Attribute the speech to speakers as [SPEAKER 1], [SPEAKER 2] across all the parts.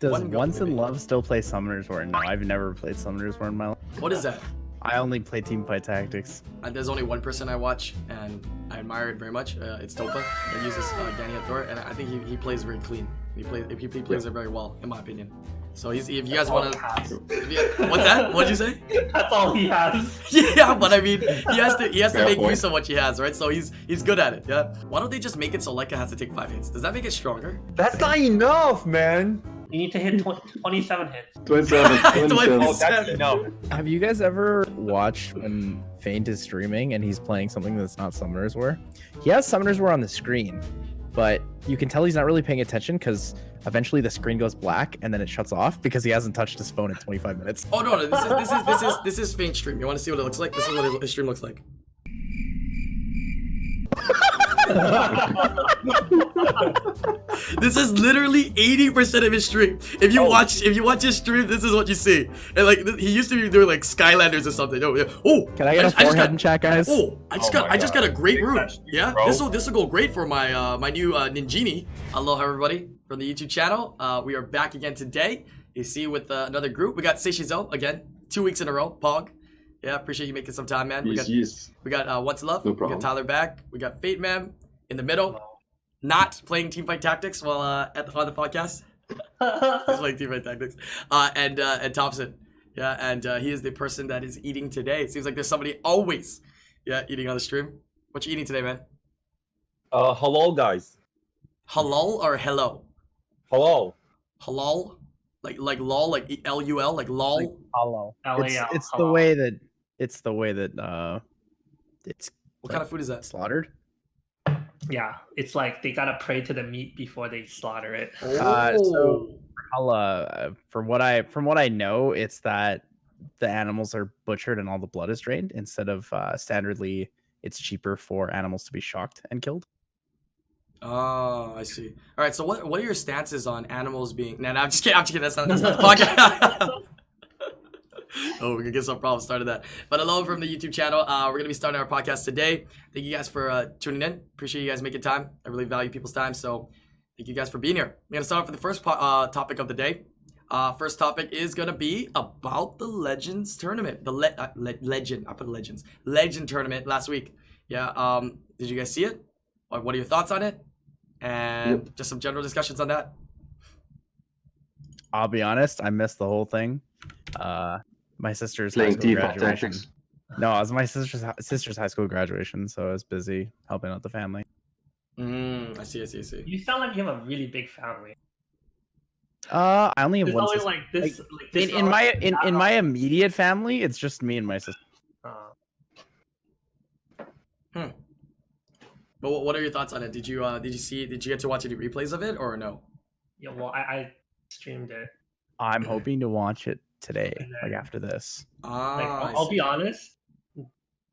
[SPEAKER 1] Does
[SPEAKER 2] One go
[SPEAKER 1] Once
[SPEAKER 2] movie.
[SPEAKER 1] in Love still play Summoner's War? No, I've never played Summoner's War in my life.
[SPEAKER 2] What is that?
[SPEAKER 1] I only play Team Fight Tactics.
[SPEAKER 2] Uh, there's only one person I watch and I admire it very much. Uh, it's Topa. He uses uh, Ganya Thor, and I think he, he plays very clean. He plays he, he plays it very well, in my opinion. So he's, if you guys want to, what's that? What'd you say?
[SPEAKER 3] That's all he has.
[SPEAKER 2] yeah, but I mean, he has to he has to
[SPEAKER 4] Fair
[SPEAKER 2] make
[SPEAKER 4] point.
[SPEAKER 2] use of what he has, right? So he's he's good at it. Yeah. Why don't they just make it so Leica has to take five hits? Does that make it stronger?
[SPEAKER 5] That's not enough, man.
[SPEAKER 3] You need to hit 20, 27 hits.
[SPEAKER 4] 27, 27.
[SPEAKER 5] Oh, that's enough.
[SPEAKER 1] Have you guys ever watched when Faint is streaming and he's playing something that's not Summoner's War? He has Summoner's War on the screen, but you can tell he's not really paying attention because eventually the screen goes black and then it shuts off because he hasn't touched his phone in 25 minutes.
[SPEAKER 2] Oh no, no this is this is this is this is faint stream. You want to see what it looks like? This is what his- his stream looks like. this is literally 80% of his stream. If
[SPEAKER 5] Oh.
[SPEAKER 2] you watch if you watch his stream, this is what you see. And like th- he used to be doing like Skylanders or something. Oh, yeah. oh
[SPEAKER 1] Can I get a
[SPEAKER 2] just- just
[SPEAKER 1] forehead
[SPEAKER 2] got-
[SPEAKER 1] in chat, guys?
[SPEAKER 2] Oh, I just
[SPEAKER 5] Oh
[SPEAKER 2] got
[SPEAKER 5] my
[SPEAKER 2] I just
[SPEAKER 5] God.
[SPEAKER 2] got a great
[SPEAKER 5] Big
[SPEAKER 2] room.
[SPEAKER 5] match,
[SPEAKER 2] Yeah,
[SPEAKER 5] bro.
[SPEAKER 2] this will this will go great for my uh, my new uh, Ninjini. Aloha everybody from the YouTube channel. Uh, we are back again today. You see with uh, another group. We got Seishizo again, two weeks in a row. Pog. Yeah, appreciate you making some time, man. We got
[SPEAKER 4] Yes, yes.
[SPEAKER 2] we got uh, What's Love.
[SPEAKER 4] No
[SPEAKER 2] we
[SPEAKER 4] problem.
[SPEAKER 2] got Tyler back. We got Fate Man in the middle, not playing team fight tactics while uh, at the, on the podcast. He's playing team fight tactics. Uh, and uh, and Thompson. Yeah, and uh, he is the person that is eating today. It seems like there's somebody always, yeah, eating on the stream. What you eating today, man?
[SPEAKER 5] Uh, hello, guys.
[SPEAKER 2] Halal or hello?
[SPEAKER 5] Hello.
[SPEAKER 2] Halal, like like lol, like E- L U L, like lol.
[SPEAKER 1] Like- Hollow. It's,
[SPEAKER 3] LAL,
[SPEAKER 1] it's the
[SPEAKER 3] hello.
[SPEAKER 1] way that it's the way that uh, it's
[SPEAKER 2] what kind of food is that?
[SPEAKER 1] slaughtered.
[SPEAKER 3] Yeah, it's like they gotta pray to the meat before they slaughter it.
[SPEAKER 1] Uh, so-
[SPEAKER 2] Oh.
[SPEAKER 1] Hala, uh, from what I from what I know, it's that the animals are butchered and all the blood is drained instead of uh, standardly. It's cheaper for animals to be shocked and killed.
[SPEAKER 2] Oh, I see. All right. So, what what are your stances on animals being? No, no, I'm just kidding. I'm just kidding. That's not, that's not the podcast. oh, we're gonna get some problems started that. But hello from the YouTube channel. Uh, we're gonna be starting our podcast today. Thank you guys for uh, tuning in. Appreciate you guys making time. I really value people's time. So, thank you guys for being here. We're gonna start off with the first po- uh, topic of the day. Uh, first topic is gonna be about the Legends tournament. The le- uh, le- legend. I put Legends. Legend tournament last week. Yeah. Um, did you guys see it? Or What are your thoughts on it? And just some general discussions on that.
[SPEAKER 1] I'll be honest, I missed the whole thing. Uh, my sister's high
[SPEAKER 4] Playing
[SPEAKER 1] school
[SPEAKER 4] Team Fight
[SPEAKER 1] graduation.
[SPEAKER 4] Tactics.
[SPEAKER 1] No, it was my sister's hi- sister's high school graduation, so I was busy helping out the family.
[SPEAKER 2] Mm, I see, I see, I see.
[SPEAKER 3] You sound like you have a really big family.
[SPEAKER 1] Uh, I only have
[SPEAKER 3] There's
[SPEAKER 1] one
[SPEAKER 3] always
[SPEAKER 1] sister.
[SPEAKER 3] like this, like, this.
[SPEAKER 1] in, in my in, in my immediate family, it's just me and my sister.
[SPEAKER 3] Uh,
[SPEAKER 2] But what, what are your thoughts on it? Did you uh, did you see did you get to watch any replays of it or no?
[SPEAKER 3] yeah, well, I, I streamed it.
[SPEAKER 1] I'm hoping to watch it today, like
[SPEAKER 3] Okay.
[SPEAKER 1] after this.
[SPEAKER 2] Ah,
[SPEAKER 3] Like,
[SPEAKER 2] I
[SPEAKER 3] I'll, I'll
[SPEAKER 2] see.
[SPEAKER 3] be honest,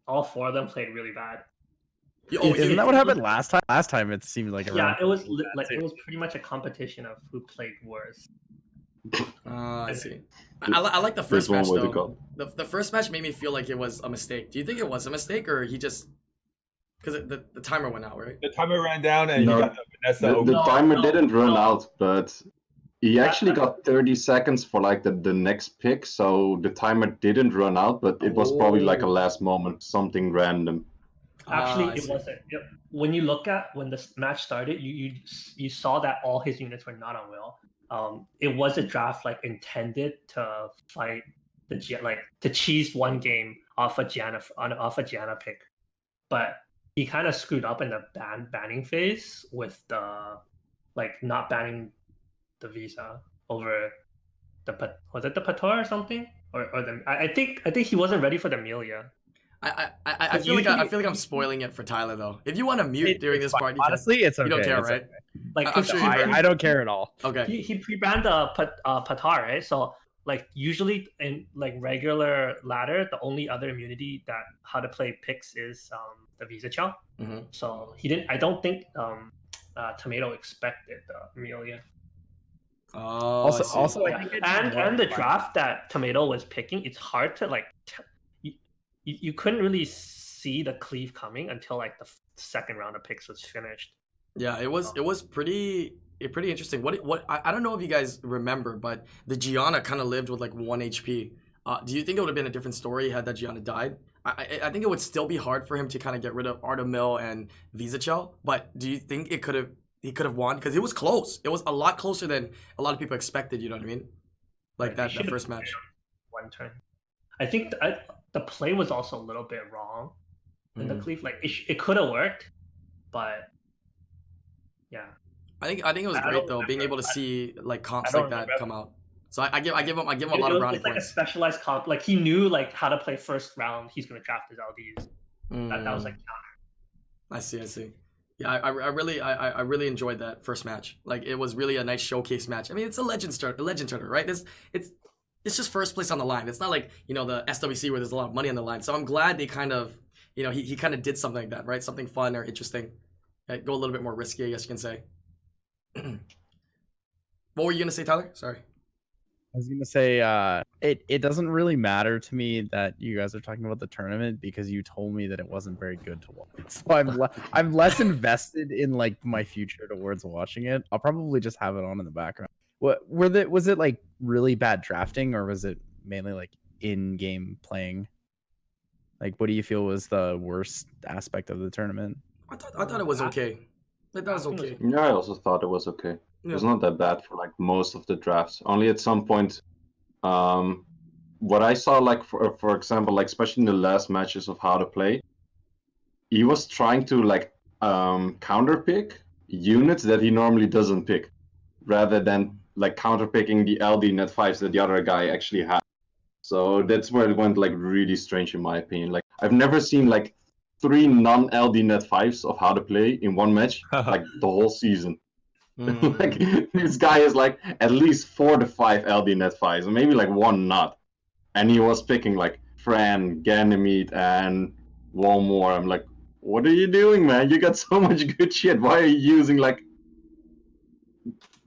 [SPEAKER 3] all four of them played really bad.
[SPEAKER 2] You- oh,
[SPEAKER 1] Isn't
[SPEAKER 2] you-
[SPEAKER 1] that what happened last time? Last time it seemed like everyone
[SPEAKER 3] Yeah, it was li- like
[SPEAKER 1] it.
[SPEAKER 3] it was pretty much a competition of who played worse.
[SPEAKER 2] Ah, I see. I, I li- I like the
[SPEAKER 4] There's
[SPEAKER 2] first
[SPEAKER 4] one
[SPEAKER 2] match
[SPEAKER 4] way to
[SPEAKER 2] though.
[SPEAKER 4] go.
[SPEAKER 2] The, the first match made me feel like it was a mistake. Do you think it was a mistake or he just because the, the timer went out, right?
[SPEAKER 5] The timer ran down and
[SPEAKER 4] No.
[SPEAKER 5] you got the Vanessa.
[SPEAKER 4] The,
[SPEAKER 5] over.
[SPEAKER 4] the
[SPEAKER 3] No,
[SPEAKER 4] timer
[SPEAKER 3] no,
[SPEAKER 4] didn't run
[SPEAKER 3] no.
[SPEAKER 4] out, but he
[SPEAKER 3] That-
[SPEAKER 4] actually got 30 seconds for like the, the next pick, so the timer didn't run out, but it was probably like a
[SPEAKER 2] Oh.
[SPEAKER 4] last moment, something random.
[SPEAKER 3] Actually,
[SPEAKER 2] Ah, I
[SPEAKER 3] it
[SPEAKER 2] see.
[SPEAKER 3] wasn't. It, when you look at when the s- match started, you you s- you saw that all his units were not on will. Um, it was a draft like intended to fight the Gia- like to cheese one game off a Janna f- on off a Janna pick, but he kind of screwed up in the ban banning phase with the like not banning the visa over the Pat- was it the Pator or something or or the I, I think I think he wasn't ready for the Amelia.
[SPEAKER 2] I I, I, I
[SPEAKER 3] But
[SPEAKER 2] feel like I, I
[SPEAKER 3] usually-
[SPEAKER 2] feel like I'm spoiling it for Tyler though. If you want to mute
[SPEAKER 1] It-
[SPEAKER 2] during
[SPEAKER 1] it's
[SPEAKER 2] this
[SPEAKER 1] fine.
[SPEAKER 2] part, you, can.
[SPEAKER 1] honestly, it's okay.
[SPEAKER 2] you don't care,
[SPEAKER 1] it's
[SPEAKER 2] right?
[SPEAKER 1] okay.
[SPEAKER 3] Like
[SPEAKER 2] I- I'm
[SPEAKER 3] cause
[SPEAKER 2] sure
[SPEAKER 3] he
[SPEAKER 2] you
[SPEAKER 3] banned-
[SPEAKER 2] very-
[SPEAKER 1] I, I don't care at all.
[SPEAKER 2] Okay.
[SPEAKER 3] he, he pre-banned the pat, uh, Patar, right? So like usually in like regular ladder, the only other immunity that how to play picks is um, the Visa Chow.
[SPEAKER 2] Mhm.
[SPEAKER 3] So he didn't. I don't think um, uh, Tomato expected the Amelia.
[SPEAKER 2] Oh,
[SPEAKER 1] Also-
[SPEAKER 2] I see.
[SPEAKER 1] also, like- I
[SPEAKER 3] Yeah.
[SPEAKER 1] think it's
[SPEAKER 3] and
[SPEAKER 1] more
[SPEAKER 3] and the
[SPEAKER 1] like-
[SPEAKER 3] draft that Tomato was picking, it's hard to like. T- you, you you couldn't really see the cleave coming until like the f- second round of picks was finished.
[SPEAKER 2] Yeah, it was it was pretty yeah, pretty interesting. What what I, I don't know if you guys remember, but the Gianna kind of lived with like one HP. Uh, do you think it would have been a different story had that Gianna died? I, I I think it would still be hard for him to kind of get rid of Artemil and Visachel, but do you think it could have he could have won because it was close. It was a lot closer than a lot of people expected. You know what I mean? Like
[SPEAKER 3] Right,
[SPEAKER 2] that,
[SPEAKER 3] they
[SPEAKER 2] that
[SPEAKER 3] should've
[SPEAKER 2] first
[SPEAKER 3] played
[SPEAKER 2] match.
[SPEAKER 3] on One turn. I think the, I, the play was also a little bit wrong in the
[SPEAKER 2] Mhm.
[SPEAKER 3] Cleave. Like it, sh- it could have worked, but yeah.
[SPEAKER 2] I think I think it was
[SPEAKER 3] I don't
[SPEAKER 2] great though, being able
[SPEAKER 3] remember.
[SPEAKER 2] to
[SPEAKER 3] I-
[SPEAKER 2] see like comps
[SPEAKER 3] don't
[SPEAKER 2] like that
[SPEAKER 3] remember.
[SPEAKER 2] come out. So I, I give I give him I give him a
[SPEAKER 3] It-
[SPEAKER 2] lot
[SPEAKER 3] it
[SPEAKER 2] of
[SPEAKER 3] was
[SPEAKER 2] brownie
[SPEAKER 3] just like a
[SPEAKER 2] points.
[SPEAKER 3] specialized comp. Like he knew like how to play first round. He's gonna draft his LDs. That, that
[SPEAKER 2] Mm.
[SPEAKER 3] was like counter.
[SPEAKER 2] I see, I see. Yeah, I, I I really, I, I- I really enjoyed that first match. Like, it was really a nice showcase match. I mean, it's a legend turn, a legend turner, right? It's, it's, it's just first place on the line. It's not like you know the SWC where there's a lot of money on the line. So I'm glad they kind of, you know, he, he kind of did something like that, right? Something fun or interesting. Right? Go a little bit more risky, I guess you can say. what were you gonna say, Tyler? Sorry.
[SPEAKER 1] I was gonna say uh, it it doesn't really matter to me that you guys are talking about the tournament because you told me that it wasn't very good to watch. So I'm le- I'm less invested in like my future towards watching it. I'll probably just have it on in the background. What were the was it like really bad drafting or was it mainly like in game playing? Like, what do you feel was the worst aspect of the tournament?
[SPEAKER 2] I thought, I thought it was okay. I thought it was
[SPEAKER 3] Uh, I think it was
[SPEAKER 2] okay.
[SPEAKER 4] Yeah, I also thought it was okay. It was
[SPEAKER 2] Yeah.
[SPEAKER 4] not that bad for like most of the drafts. Only at some point, um, what I saw like for for example, like especially in the last matches of how to play, he was trying to like um counter pick units that he normally doesn't pick, rather than like counter picking the LD net fives that the other guy actually had. So that's where it went like really strange in my opinion. Like I've never seen like three non LD net fives of how to play in one match like the whole season
[SPEAKER 2] Mm.
[SPEAKER 4] like this guy is like at least four to five LD net fives, or maybe like one not. And he was picking like Fran, Ganymede, and one more. I'm like, what are you doing, man? You got so much good shit. Why are you using like?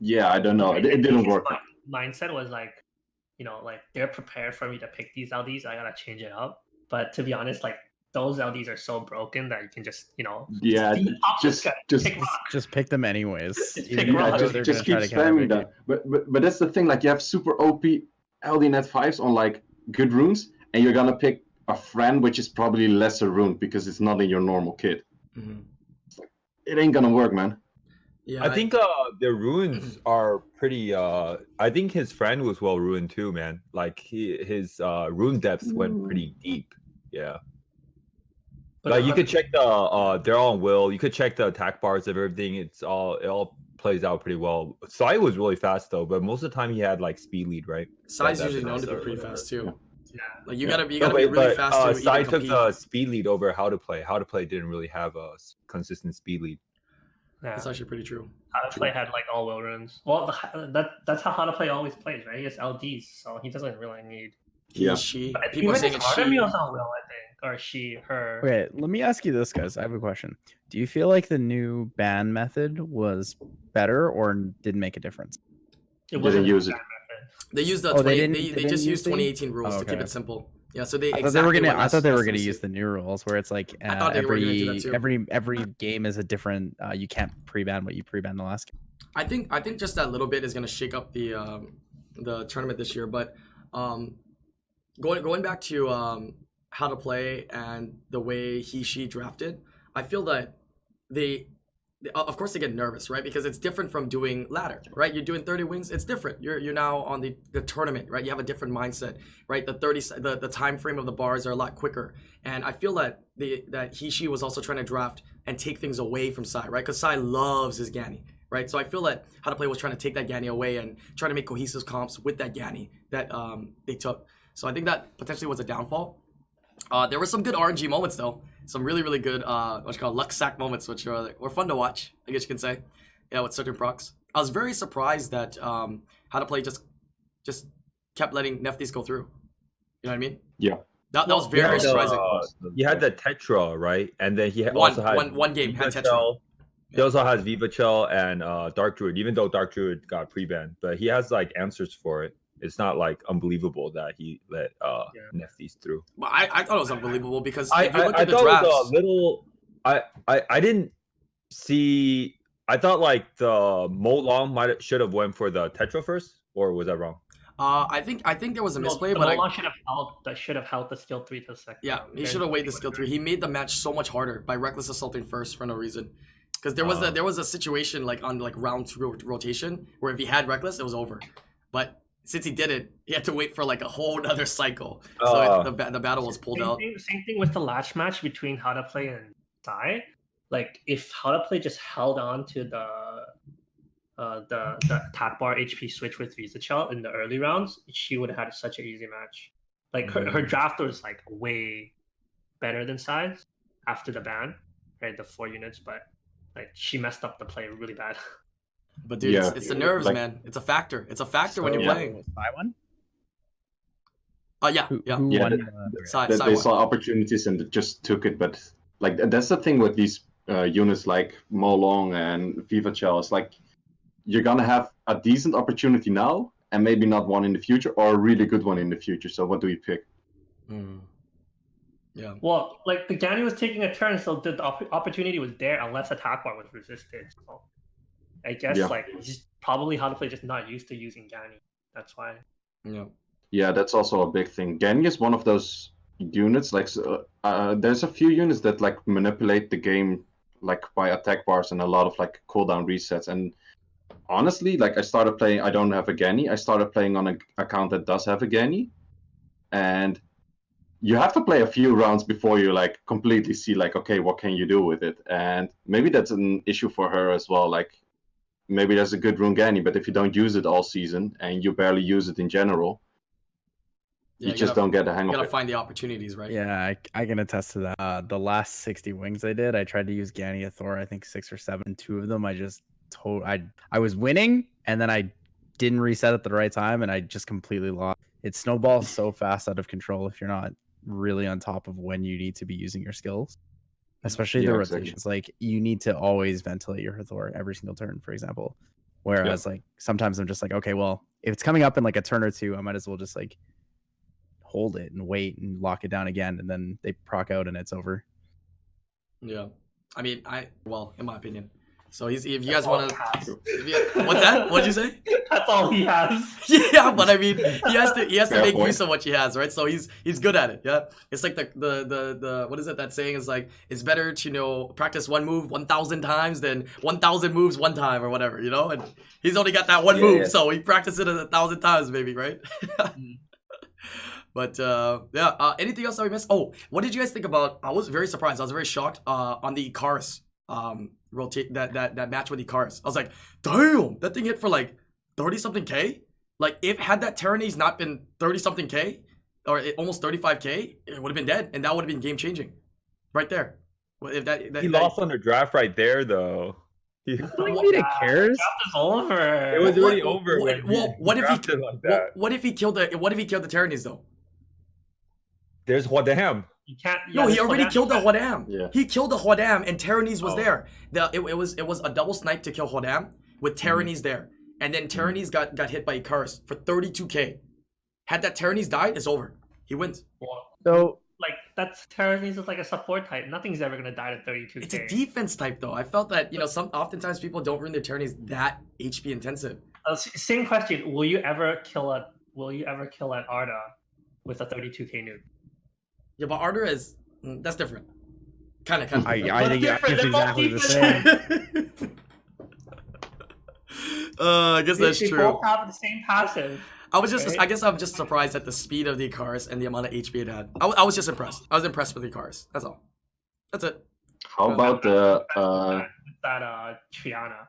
[SPEAKER 4] Yeah, I don't know. It,
[SPEAKER 3] I
[SPEAKER 4] it
[SPEAKER 3] think
[SPEAKER 4] didn't
[SPEAKER 3] his
[SPEAKER 4] work.
[SPEAKER 3] mi- mindset was like, you know, like they're prepared for me to pick these LDs. I gotta change it up. But to be honest, like those LDs are so broken that you can just, you know,
[SPEAKER 4] Yeah,
[SPEAKER 3] just,
[SPEAKER 4] Just, just
[SPEAKER 3] pick rock.
[SPEAKER 1] Just pick them anyways.
[SPEAKER 3] Just
[SPEAKER 1] even
[SPEAKER 3] pick
[SPEAKER 1] if you
[SPEAKER 3] them
[SPEAKER 4] Yeah,
[SPEAKER 3] up.
[SPEAKER 1] know
[SPEAKER 4] just,
[SPEAKER 1] they're
[SPEAKER 4] just keep
[SPEAKER 1] gonna try to counterpick
[SPEAKER 4] spamming
[SPEAKER 1] you.
[SPEAKER 4] that. But, but but that's the thing. Like you have super OP LDNet fives on like good runes, and you're gonna pick a friend which is probably lesser rune because it's not in your normal kit.
[SPEAKER 3] Mm-hmm.
[SPEAKER 2] Mhm.
[SPEAKER 4] It ain't gonna work, man.
[SPEAKER 2] Yeah,
[SPEAKER 5] I think uh the ruins are pretty uh I think his friend was well ruined too, man. Like he his uh rune depth went pretty deep. Yeah.
[SPEAKER 3] But
[SPEAKER 5] like you
[SPEAKER 3] uh,
[SPEAKER 5] could check the uh they're all on will, you could check the attack bars of everything. It's all it all plays out pretty well. Sai was really fast though, but most of the time he had like speed lead, right?
[SPEAKER 2] size
[SPEAKER 5] Yeah,
[SPEAKER 2] usually known
[SPEAKER 5] that's
[SPEAKER 2] to be
[SPEAKER 5] nice.
[SPEAKER 2] pretty fast too.
[SPEAKER 3] yeah.
[SPEAKER 2] Like you
[SPEAKER 4] Yeah.
[SPEAKER 2] gotta, you
[SPEAKER 5] No,
[SPEAKER 2] gotta be
[SPEAKER 5] but-
[SPEAKER 2] really
[SPEAKER 5] but,
[SPEAKER 2] fast
[SPEAKER 5] uh,
[SPEAKER 2] to
[SPEAKER 5] Sai
[SPEAKER 2] even
[SPEAKER 5] took
[SPEAKER 2] compete.
[SPEAKER 5] the speed lead over how to play. How to play didn't really have a s- consistent speed lead.
[SPEAKER 3] yeah.
[SPEAKER 2] That's actually pretty true.
[SPEAKER 3] How to play had like all will runes. Well, the, that that's how how to play always plays, right? He has LDs, so he doesn't really need.
[SPEAKER 2] He,
[SPEAKER 4] Yeah.
[SPEAKER 2] she.
[SPEAKER 3] But
[SPEAKER 2] People are
[SPEAKER 3] even
[SPEAKER 2] saying
[SPEAKER 3] his
[SPEAKER 2] it's she.
[SPEAKER 3] Artemis on will, I think, or she, her.
[SPEAKER 1] Okay, let me ask you this, guys. I have a question. Do you feel like the new ban method was better or did make a difference?
[SPEAKER 3] It
[SPEAKER 4] Didn't
[SPEAKER 3] wasn't
[SPEAKER 4] use
[SPEAKER 3] a
[SPEAKER 4] it.
[SPEAKER 3] bad method.
[SPEAKER 2] They use the
[SPEAKER 1] Oh, they
[SPEAKER 2] 20, they,
[SPEAKER 1] didn't-
[SPEAKER 2] they,
[SPEAKER 1] they didn't
[SPEAKER 2] just
[SPEAKER 1] use
[SPEAKER 2] use
[SPEAKER 1] the-
[SPEAKER 2] 2018 rules
[SPEAKER 1] Oh,
[SPEAKER 2] to keep
[SPEAKER 1] okay.
[SPEAKER 2] it simple. Yeah, so they.
[SPEAKER 1] I
[SPEAKER 2] exactly
[SPEAKER 1] thought they were gonna.
[SPEAKER 2] what
[SPEAKER 1] I thought they were gonna
[SPEAKER 2] SWC
[SPEAKER 1] use the new rules where it's like
[SPEAKER 2] I
[SPEAKER 1] uh,
[SPEAKER 2] thought they were gonna do that
[SPEAKER 1] every
[SPEAKER 2] too.
[SPEAKER 1] every every game is a different. Uh, you can't pre-ban what you pre-ban the last game.
[SPEAKER 2] I think I think just that little bit is going to shake up the um, the tournament this year. But um, going going back to um, how to play and the way he she drafted, I feel that they, they of course they get nervous, right? Because it's different from doing ladder, right? You're doing 30 wins, it's different. You're you're now on the, the tournament, right? You have a different mindset, right? The 30 se- the, the time frame of the bars are a lot quicker, and I feel that the that he she was also trying to draft and take things away from Sai, right? Because Sai loves his Ganny right? So I feel that how to play was trying to take that Ganny away and trying to make cohesive comps with that Ganny that um, they took. So I think that potentially was a downfall. Uh, there were some good RNG moments though, some really really good uh, what's called luck sack moments, which are were fun to watch, I guess you can say. Yeah, with certain procs. I was very surprised that um, how to play just just kept letting Nefties go through. You know what I mean?
[SPEAKER 4] Yeah.
[SPEAKER 2] That, that was very,
[SPEAKER 5] Yeah,
[SPEAKER 2] very
[SPEAKER 5] the-
[SPEAKER 2] surprising.
[SPEAKER 5] He had the Tetra, right? And then he had
[SPEAKER 2] One-
[SPEAKER 5] also had
[SPEAKER 2] one- one game had
[SPEAKER 5] Viva
[SPEAKER 2] Tetra.
[SPEAKER 5] Chell. He
[SPEAKER 2] Yeah.
[SPEAKER 5] also has Viva Chell and uh, Dark Druid, even though Dark Druid got pre-banned, but he has like answers for it. It's not like unbelievable that he let uh,
[SPEAKER 3] Yeah.
[SPEAKER 5] Nephthys through.
[SPEAKER 2] But I, I thought it was unbelievable because
[SPEAKER 5] I,
[SPEAKER 2] if you look
[SPEAKER 5] I, I
[SPEAKER 2] at the
[SPEAKER 5] thought it
[SPEAKER 2] drafts,
[SPEAKER 5] was a little. I, I I didn't see I thought like the Mo Long might should have went for the Tetra first, or was that wrong?
[SPEAKER 2] Uh, I think I think there was a
[SPEAKER 3] Well,
[SPEAKER 2] misplay,
[SPEAKER 3] the
[SPEAKER 2] but I,
[SPEAKER 3] Mulan should have held that should have held the skill three to the second.
[SPEAKER 2] Yeah,
[SPEAKER 3] round.
[SPEAKER 2] he
[SPEAKER 3] Very
[SPEAKER 2] should have waited the
[SPEAKER 3] quick.
[SPEAKER 2] skill three. He made the match so much harder by reckless assaulting first for no reason. Because there was a,
[SPEAKER 4] Uh-huh.
[SPEAKER 5] Oh.
[SPEAKER 2] there was a situation like on like round two rot- rotation where if he had reckless, it was over. But since he did it, he had to wait for like a whole other cycle. So
[SPEAKER 5] Oh.
[SPEAKER 4] Uh.
[SPEAKER 2] it, the ba- the battle was pulled
[SPEAKER 3] same
[SPEAKER 2] out.
[SPEAKER 3] Thing, same thing with the latch match between how to play and Sai. Like if how to play just held on to the uh the, the tap bar HP switch with Visa Chell in the early rounds, she would have had such an easy match. Like her,
[SPEAKER 2] Mm.
[SPEAKER 3] her draft was like way better than Sai's after the ban, right? The four units, but like she messed up the play really bad.
[SPEAKER 2] But dude,
[SPEAKER 4] Yeah.
[SPEAKER 2] it's, it's the nerves,
[SPEAKER 4] Like-
[SPEAKER 2] man. It's a factor. It's a factor when you're
[SPEAKER 4] Yeah.
[SPEAKER 2] playing.
[SPEAKER 1] I won.
[SPEAKER 2] Uh, yeah,
[SPEAKER 1] Who,
[SPEAKER 2] yeah.
[SPEAKER 1] who
[SPEAKER 4] Yeah,
[SPEAKER 1] won?
[SPEAKER 4] that-
[SPEAKER 1] uh,
[SPEAKER 2] Side,
[SPEAKER 4] that
[SPEAKER 2] side
[SPEAKER 4] they
[SPEAKER 2] one.
[SPEAKER 4] saw opportunities and they just took it. But like th- that's the thing with these uh, units like Mo Long and Viva Chell. It's like you're gonna have a decent opportunity now, and maybe not one in the future, or a really good one in the future. So what do we pick?
[SPEAKER 2] Mm. Yeah.
[SPEAKER 3] Well, like the Ganyu was taking a turn, so the op- opportunity was there unless attack bar was resisted. So I guess
[SPEAKER 4] Yeah.
[SPEAKER 3] like he's just probably how to play just not used to using Ganyu. That's why.
[SPEAKER 2] Yeah.
[SPEAKER 4] Yeah, that's also a big thing. Gang is one of those units. Like, so, uh, there's a few units that like manipulate the game, like by attack bars and a lot of like cooldown resets. And honestly, like I started playing, I don't have a Genny. I started playing on an account that does have a Genny, and you have to play a few rounds before you like completely see like okay, what can you do with it? And maybe that's an issue for her as well. Like, maybe there's a good Rungani, but if you don't use it all season and you barely use it in general
[SPEAKER 2] Yeah,
[SPEAKER 4] you just
[SPEAKER 2] gotta,
[SPEAKER 4] don't get the hang
[SPEAKER 2] You
[SPEAKER 4] of
[SPEAKER 2] gotta
[SPEAKER 4] it.
[SPEAKER 2] find the opportunities, right?
[SPEAKER 1] Yeah, I, I can attest to that. Uh, the last 60 wings I did, I tried to use Gania Thor, I think six or seven. Two of them, I just told I I was winning, and then I didn't reset at the right time, and I just completely lost. It snowballs so fast out of control if you're not really on top of when you need to be using your skills, especially the
[SPEAKER 4] Yeah, exactly.
[SPEAKER 1] rotations. Like you need to always ventilate your Hathor every single turn, for example. Whereas like sometimes I'm just like, okay, well, if it's coming up in like a turn or two, I might as well just like hold it and wait and lock it down again and then they proc out and it's over.
[SPEAKER 2] Yeah. I mean, I well, in my opinion. So he's, if you
[SPEAKER 3] That's
[SPEAKER 2] guys
[SPEAKER 3] all
[SPEAKER 2] want to,
[SPEAKER 3] he
[SPEAKER 2] what's that? What'd you say?
[SPEAKER 3] has. That's all he has.
[SPEAKER 2] yeah, but I mean, he has to he has to
[SPEAKER 4] Fair
[SPEAKER 2] make
[SPEAKER 4] point.
[SPEAKER 2] use of what he has, right? So he's he's good at it. Yeah, it's like the the the, the what is it that saying is like it's better to you know practice one move one thousand times than one thousand moves one time or whatever, you know. And he's only got that one
[SPEAKER 5] Yeah,
[SPEAKER 2] move,
[SPEAKER 5] yeah.
[SPEAKER 2] so he practiced it a thousand times, maybe, right? But uh, yeah, uh, anything else that we missed? Oh, what did you guys think about? I was very surprised. I was very shocked uh, on the Icarus um, rotate that that that match with Icarus. I was like, damn, that thing hit for like thirty something k. Like if had that Terranese not been thirty something k or it, almost thirty five k, it would have been dead, and that would have been game changing, right there. Well, If that, that
[SPEAKER 5] He
[SPEAKER 2] that-
[SPEAKER 5] lost on the draft right there, though. He-
[SPEAKER 1] I don't think Vita
[SPEAKER 3] Yeah,
[SPEAKER 1] cares.
[SPEAKER 3] Draft is over.
[SPEAKER 5] it was
[SPEAKER 2] what-
[SPEAKER 5] already over.
[SPEAKER 2] what-
[SPEAKER 5] when he
[SPEAKER 2] well, what if he-
[SPEAKER 5] drafted like that?
[SPEAKER 2] What, what if he killed the What if he killed the Terranese though?
[SPEAKER 5] There's what the ham.
[SPEAKER 3] You can't.
[SPEAKER 2] No,
[SPEAKER 3] yeah,
[SPEAKER 2] he
[SPEAKER 3] this
[SPEAKER 2] already
[SPEAKER 3] one-
[SPEAKER 2] killed the Hodam.
[SPEAKER 4] Yeah.
[SPEAKER 2] He killed the Hodam, and Tyrannies was
[SPEAKER 5] Oh.
[SPEAKER 2] there. The, it, it was it was a double snipe to kill Hodam with
[SPEAKER 5] Mm-hmm.
[SPEAKER 2] Tyrannies there, and then Tyrannies got, got hit by Icarus for 32k. Had that Tyrannies died, it's over. He wins.
[SPEAKER 3] Well,
[SPEAKER 1] So
[SPEAKER 3] Like that's Terranese is like a support type. Nothing's ever gonna die to thirty-two.
[SPEAKER 2] It's a defense type though. I felt that you know some oftentimes people don't ruin their Tyrannies that HP intensive.
[SPEAKER 3] Uh, s- same question. Will you ever kill a? Will you ever kill an Arda with a thirty-two K nuke?
[SPEAKER 2] Yeah, but Ardor is mm, that's different. Kind of, kind of.
[SPEAKER 1] I, I
[SPEAKER 3] What's
[SPEAKER 1] think
[SPEAKER 3] different?
[SPEAKER 1] it's
[SPEAKER 3] They're both
[SPEAKER 1] exactly the
[SPEAKER 3] defense.
[SPEAKER 1] same.
[SPEAKER 2] uh, I guess
[SPEAKER 3] They-
[SPEAKER 2] that's
[SPEAKER 3] they
[SPEAKER 2] true.
[SPEAKER 3] both have the same passive.
[SPEAKER 2] I was just,
[SPEAKER 3] Right?
[SPEAKER 2] I guess I'm just surprised at the speed of the cars and the amount of HP it had. I, wa- I was just impressed. I was impressed with the cars. That's all. That's it.
[SPEAKER 4] How about the uh,
[SPEAKER 3] that uh Triana.